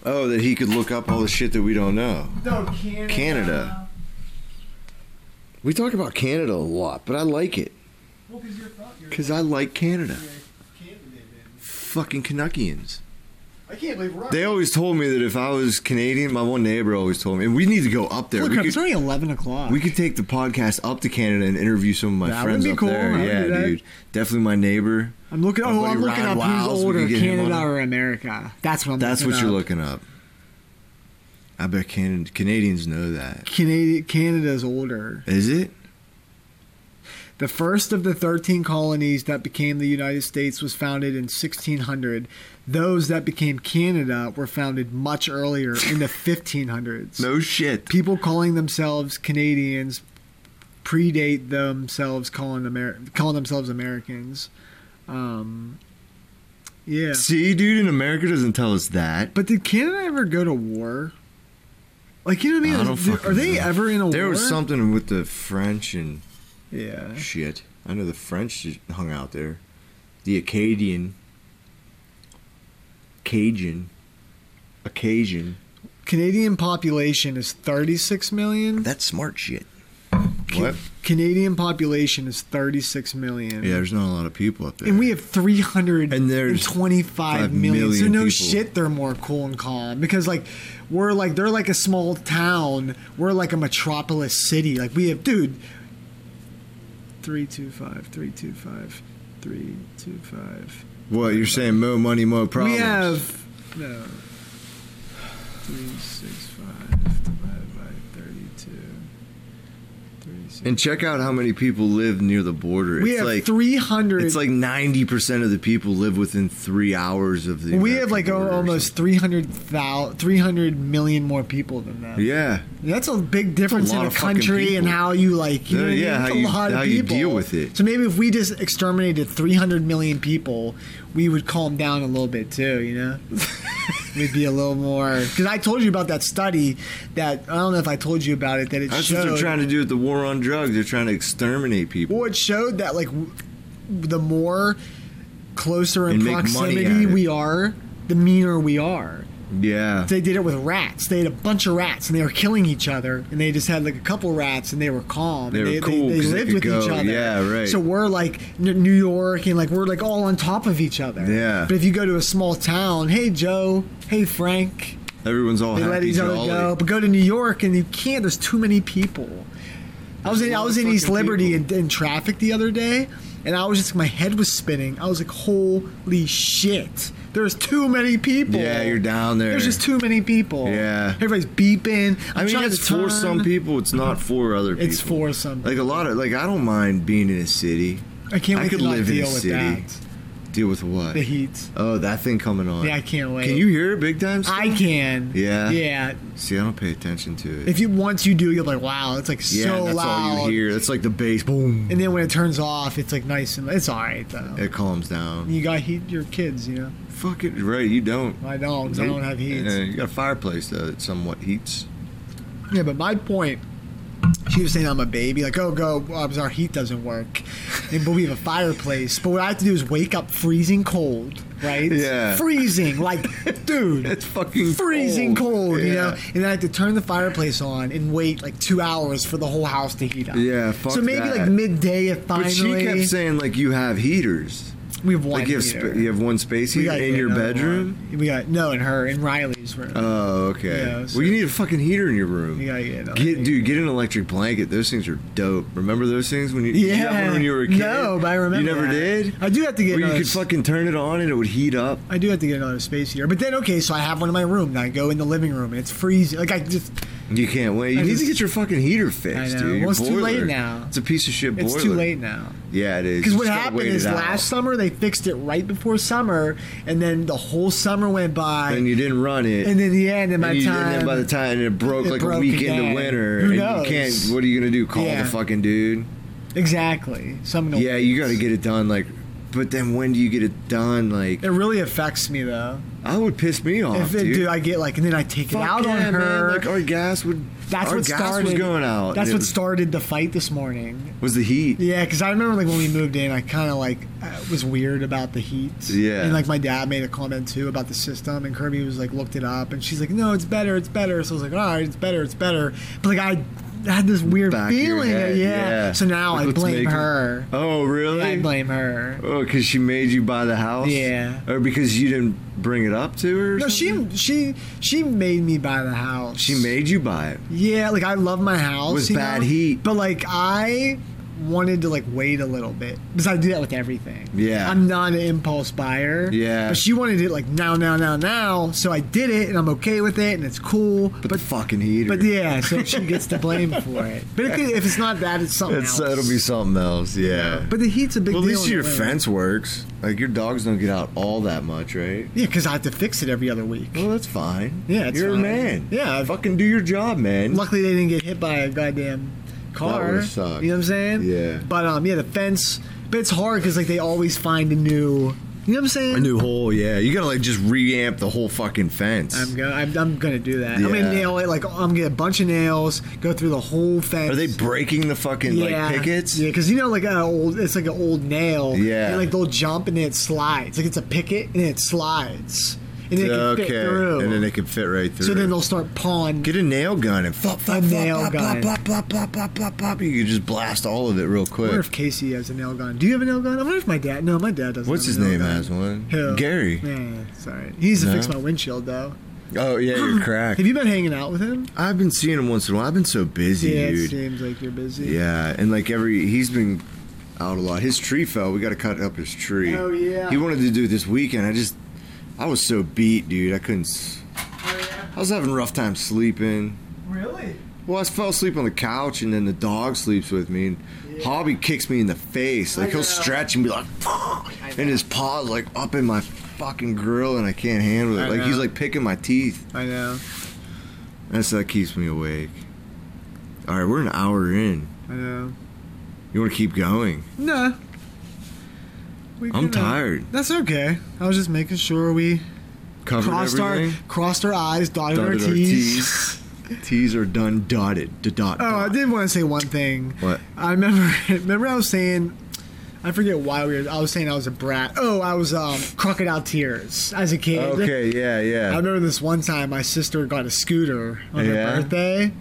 Oh, that he could look up all the shit that we don't know.
No, Canada.
Canada. We talk about Canada a lot, but I like it
Well, because you're, from- you're
because I like Canada.
Canadian. man.
Fucking Canuckians.
I can't believe we're.
They always told me that if I was Canadian, my one neighbor always told me, and we need to go up there.
Look,
we,
it's
could,
only eleven o'clock.
we could take the podcast up to Canada and interview some of my
That would
friends
be
up
cool.
there.
I would do
yeah,
that.
dude. Definitely my neighbor.
I'm looking.
My
Oh,
buddy
I'm looking
Ryan
up
Wiles,
who's
we
older,
could get him
Canada
on.
or America. That's what I'm.
That's
looking
what you're
up.
looking up. I bet Can- Canadians know that.
Canada, Canada's older.
Is it?
The first of the 13 colonies that became the United States was founded in 1600. Those that became Canada were founded much earlier in the 1500s.
No shit.
People calling themselves Canadians predate themselves calling Amer- calling themselves Americans. Um, yeah.
See, dude, in America doesn't tell us that.
But did Canada ever go to war? Like you know what I mean?
I don't
Do-
fucking
Are they
know.
ever in a
There
war?
was something with the French and
Yeah.
shit. I know the French hung out there. The Acadian. Cajun. Occasion.
Canadian population is 36 million.
That's smart shit.
Ca-
What?
Canadian population is 36 million.
Yeah, there's not a lot of people up there.
And we have 325
And there's five
million. So
million
no
people.
shit they're more cool and calm because like we're like they're like a small town. We're like a metropolis city. Like we have dude 325 325 325.
what you're saying? Mo money, mo problems.
We have no 365 divided by 32. 36.
And check out how many people live near the border.
we
it's
have
like
300
it's like ninety percent of the people live within three hours of the.
we
American
have like
border
a,
or
almost 300,000 300 million more people than
something.
that.
Yeah.
That's a big difference
That's a lot
in a
of fucking
country and
people.
how you like,
Yeah,
you know, what I mean?
yeah,
It's
how
a
you-
lot
how
of
you
people.
deal with it.
So maybe if we just exterminated 300 million people, we would calm down a little bit too, you know? We'd be a little more because I told you about that study that I don't know if I told you about it that it
That's
showed.
what they're trying to do with the war on drugs. They're trying to exterminate people.
Well, it showed that like w- the more closer in
And make money at
proximity
it.
we are, the meaner we are.
Yeah.
They did it with rats. They had a bunch of rats and they were killing each other. And they just had like a couple rats and they were calm.
They
and
were cool
They,
'cause they
lived
could
with each
go.
other.
Yeah, right.
So we're like N- New York and like we're like all on top of each other.
Yeah.
But if you go to a small town, hey Joe, hey Frank,
Everyone's all
they
happy.
let each other
jolly.
go. But go to New York and you can't. There's too many people. I was in I was in East Liberty in, in traffic the other day, and I was just my head was spinning. I was like, holy shit. There's too many people.
Yeah, you're down there.
There's just too many people.
Yeah.
Everybody's beeping.
I
I'm
mean,
trying
it's
to
for
turn.
some people. It's not for other people.
It's for some.
Like a lot of like I don't mind being in a city.
I can't
I
wait
could
to not
live in a
deal with
city.
that.
Deal with what?
The heat.
Oh, that thing coming on.
Yeah, I can't wait.
Can you hear it big time? still?
I can.
Yeah.
Yeah.
See, I don't pay attention to it.
If you once you do, you'll be like, wow, it's like
yeah,
so
that's
loud.
all you hear. That's like the bass. Boom.
And then when it turns off, it's like nice and it's all right though.
It calms down.
You got heat your kids, you know.
Fuck it. Right, you don't.
My dogs, I don't have heat.
Uh, you got a fireplace though that somewhat heats.
Yeah, but my point, she was saying I'm a baby. Like, oh, go, uh, our heat doesn't work. And, but we have a fireplace. But what I have to do is wake up freezing cold, right?
Yeah.
Freezing. Like, dude.
It's fucking
freezing cold, you know?
Yeah.
And I have to turn the fireplace on and wait like two hours for the whole house to heat up.
Yeah, fuck
So maybe
that.
like midday, if
But
finally.
she kept saying like you have heaters.
We have one.
Like you have
heater.
sp- you have one space heater
gotta
in
get
your
another
bedroom.
one. We got no in her in Riley's room.
Oh, okay.
Yeah, so-
well, you need a fucking heater in your room.
we gotta get another.
Get
one.
dude, get an electric blanket. Those things are dope. Remember those things when you you got one when you were a kid?
No, but I remember.
You never
that.
did.
I do have to get.
Where you
another
could
s-
fucking turn it on and it would heat up.
I do have to get another space heater. But then okay, so I have one in my room. And I go in the living room and it's freezing. Like I just,
You can't wait. You
I
need to
just-
get your fucking heater fixed,
I know.
dude. Your
Well, it's too
boiler.
late now.
It's a piece of shit boiler.
it's too late now.
Yeah, it is.
Because
You
what
just gotta
happened
wait it
is
out.
last summer they fixed it right before summer, and then the whole summer went by.
and you didn't run it.
and then the end, and by
And
the
you-
time,
and then by the time it broke
it
like a
broke
week
again.
into winter,
Who
and
knows?
you can't. What are you gonna do? Call
Yeah.
the fucking dude?
exactly, so I'm gonna
Yeah, you gotta get it done. Like, but then when do you get it done? Like,
It really affects me though.
I would piss me off,
if it,
dude.
dude, I get like, and then I take
Fuck
it out
yeah,
on her.
Man. Like our gas would.
that's
our
what
gas
started.
was going out. and
That's
it
what
was-
started the fight this morning.
Was the heat?
Yeah, because I remember like when we moved in, I kind of like uh, was weird about the heat.
Yeah.
and like my dad made a comment too about the system, and Kirby was like looked it up, and she's like, "No, it's better, it's better." So I was like, "All right, it's better, it's better." But like I had this weird
Back of your
feeling. that-
head,
yeah.
yeah.
So now
Like,
I
let's
blame
make it-
her.
Oh, really?
I blame her.
Oh, because she made you buy the house?
Yeah.
Or because you didn't bring it up to her? or
No,
something?
she she she made me buy the house.
She made you buy it.
Yeah, like I love my house.
With
you
bad
know?
heat.
But like I wanted to like wait a little bit because I do that with everything.
Yeah.
I'm not an impulse buyer.
Yeah.
But she wanted it like now, now, now, now. So I did it and I'm okay with it and it's cool.
But, the fucking heater.
But yeah, so she gets to blame for it. But it could, if it's not that, it's something
It's,
else.
it'll be something else, yeah.
But the heat's a big
well, at
deal.
least
in
your
Atlanta.
fence works. Like, your dogs don't get out all that much, right?
Yeah, because I have to fix it every other week.
Well, that's fine.
Yeah, it's
You're
fine.
a man.
Yeah, I've-
Fucking do your job, man.
Luckily, they didn't get hit by a goddamn car.
would've sucked.
You know what I'm saying?
Yeah.
But um, yeah, the fence. But it's hard because like they always find a new. You know what I'm saying?
A new hole, yeah. You gotta, like, just reamp the whole fucking fence.
I'm gonna. I'm, I'm gonna do that. I'm
Yeah.
gonna nail it. Like I'm gonna get a bunch of nails. Go through the whole fence.
Are they breaking the fucking, like, pickets?
Yeah, because you know, like an old, it's like an old nail.
Yeah.
and, like they'll jump and then it slides. Like it's a picket and it slides, and then it can
okay.
fit through.
And then they can fit right through.
so then they'll start pawing.
Get a nail gun and flop, flop,
A
flop,
nail
pop,
gun.
Pop, pop, pop, pop, pop, pop. You could just blast all of it real
I wonder
quick.
if Casey has a nail gun. Do you have a nail gun? I wonder if my dad. No, my dad doesn't.
What's
have
his
a nail
name
gun.
has one?
Who?
Gary.
Yeah, sorry. He needs to
No?
fix my windshield though.
Oh yeah, you're cracked.
Have you been hanging out with him?
I've been seeing him once in a while. I've been so busy,
Yeah, it
dude.
seems like you're busy.
Yeah, and like every he's been out a lot. His tree fell. We got to cut up his tree.
Oh, yeah.
He wanted to do it this weekend. I just I was so beat, dude. I couldn't. s- I was having a rough time sleeping.
Really?
Well, I fell asleep on the couch, and then the dog sleeps with me. And Hobby kicks me in the face. Like he'll stretch and be like, and his paws like up in my fucking grill, and I can't handle it.
I
like he's
know.
like picking my teeth.
I know.
That's that keeps me awake. All right, we're an hour in.
I know.
You want to keep going?
Nah. We
I'm
can, uh,
tired.
That's okay. I was just making sure we
Covered
crossed
everything.
our crossed our I's, dotted, our
Dotted our
T's.
T's. T's are done dotted. Da dot.
Oh, I
dot.
did want to say one thing.
What?
I remember. Remember, I was saying. I forget why we were. I was saying I was a brat. Oh, I was um, crocodile tears as a kid.
Okay, yeah,
I
yeah.
remember this one time my sister got a scooter on
Yeah?
her birthday.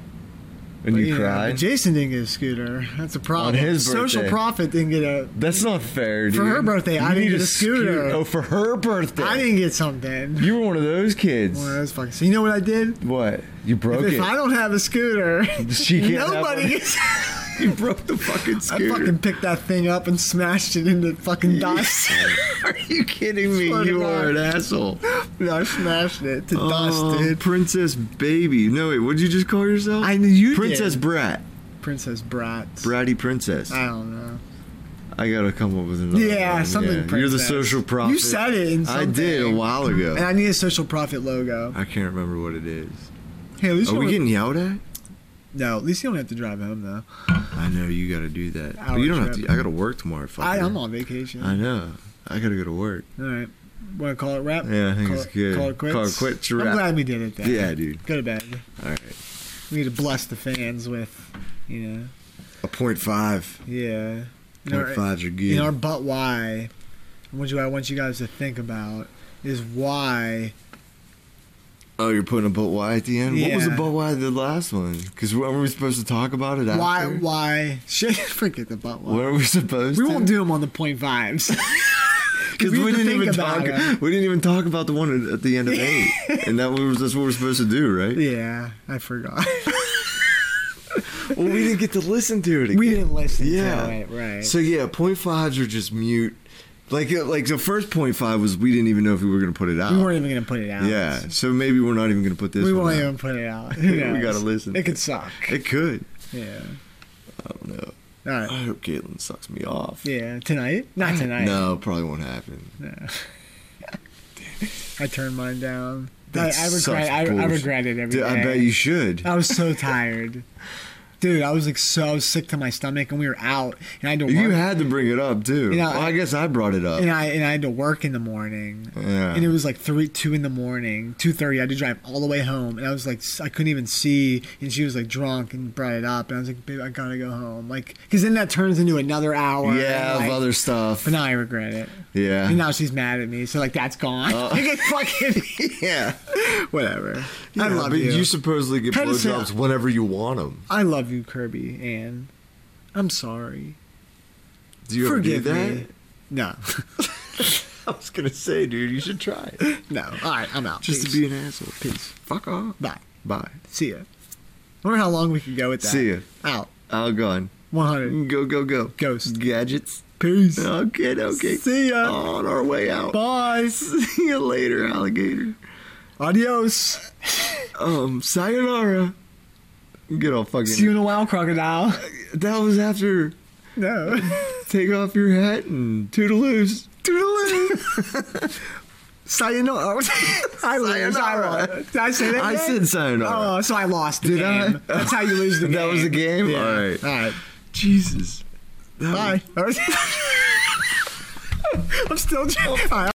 And you
Yeah, but
cried.
Jason didn't get a scooter. That's a problem.
On his
Social
birthday.
Profit didn't get a.
That's not fair, dude.
For her birthday, I
You
didn't
need
get a scooter.
Oh, for her birthday.
I didn't get something.
You were one of those kids.
One of those fucking. So you know what I did?
What? You broke
if
it.
I don't have a scooter,
She can't have
nobody
one.
gets.
you broke the fucking
I
scooter.
fucking picked that thing up and smashed it into fucking dust.
Are you kidding me?
Swear to
You are
God.
an asshole.
no, I smashed it to
Oh,
dust, dude.
Princess baby. No wait, what'd you just call yourself?
I knew you
Princess
did.
Brat.
Princess Brats.
Bratty Princess.
I don't know.
I gotta come up with another.
Uh, Yeah,
one,
something
Oh, You're the
princess.
social
You
prophet.
said it in
I did a
something.
while ago.
And I need a social profit logo.
I can't remember what it is.
Hey, at least
Are
you
Oh, we
don't-
getting yelled at?
no. At least you don't have to drive home though.
I know you gotta do that. But
Hour
you don't have
trip.
to. I gotta work tomorrow. Fucker.
I, I'm on vacation.
I know. I gotta go to work.
All right. Want to call it wrap?
Yeah, I think
call
it's
it,
good.
Call it quits.
Call it quits,
I'm
wrap.
glad we did it. Then.
Yeah, dude.
Go to bed.
All right.
We need to bless the fans with, you know,
A point five.
yeah. In
Point fives are good.
in our but why, what you I want you guys to think about is why.
oh, you're putting a but why at the end. What was the
Yeah.
but why of the last one? Because were we supposed to talk about it after?
Why? Why? Shit! Forget the but why.
Were we supposed?
We
to?
won't do them on the point fives.
because
We
we,
have to
didn't
think
even
about
talk.
it.
We didn't even talk about the one at- at the end of eight, and that was that's what we're supposed to do, right?
Yeah, I forgot.
Well, we didn't get to listen to it. Again.
we didn't listen.
Yeah,
to it, right.
So yeah, point fives are just mute. Like uh, like the first point five was we didn't even know if we were gonna put it out.
we weren't even gonna put it out.
yeah, so maybe we're not even gonna put this.
we
one
won't
out.
even put it out. Who
We
knows?
gotta listen.
It could suck.
It could.
Yeah.
I don't know.
All right.
I hope Caitlin sucks me off.
Yeah. Tonight? Not tonight.
No, probably won't happen.
I turned mine down. I,
That's
I
such
regret. I, I
bullshit.
regretted everything.
Dude, I bet you should.
I was so tired. Dude, I was like so sick to my stomach, and we were out, and I had to work.
You had to bring it up too.
You know,
well, I guess I brought it up.
and I and I had to work in the morning,
Yeah.
and it was like three, two in the morning, two thirty. I had to drive all the way home, and I was like, s- I couldn't even see, and she was like drunk and brought it up, and I was like, babe, I gotta go home, like, because then that turns into another hour.
yeah,
and,
of
like-
other stuff.
But now I regret it,
yeah.
and now she's mad at me, so like that's gone.
Oh.
Like, it fucking
yeah.
whatever. I
Yeah,
love
but
you.
You supposedly get
How does that-
blowjobs whenever you want them.
I love you, Kirby, and I'm sorry.
Do you
Forgive
ever do that?
me. No,
I was gonna say, dude, you should try it.
no. All right, I'm out.
Just
Peace.
to be an asshole. Peace. Fuck off.
Bye.
Bye.
See ya. Wonder how long we could go with that.
See ya.
Out.
All gone.
100.
Oh, Go go go.
Ghost.
Gadgets.
Peace.
Okay, okay.
See ya.
On our way out.
Bye.
See you later, alligator.
Adios.
Um, sayonara. Get all fucking.
See you in a while, crocodile.
that was after
No.
take off your hat and toodaloos. Toodaloos.
Sayonara. I lose. I
Sayonara.
won. Did I say that?
I
right?
said sayonara.
Oh, so I lost the
Did
game.
I?
That's how you lose the game.
That was the game?
Yeah.
All right.
All right.
Jesus. That was-
Bye. I'm still. All right.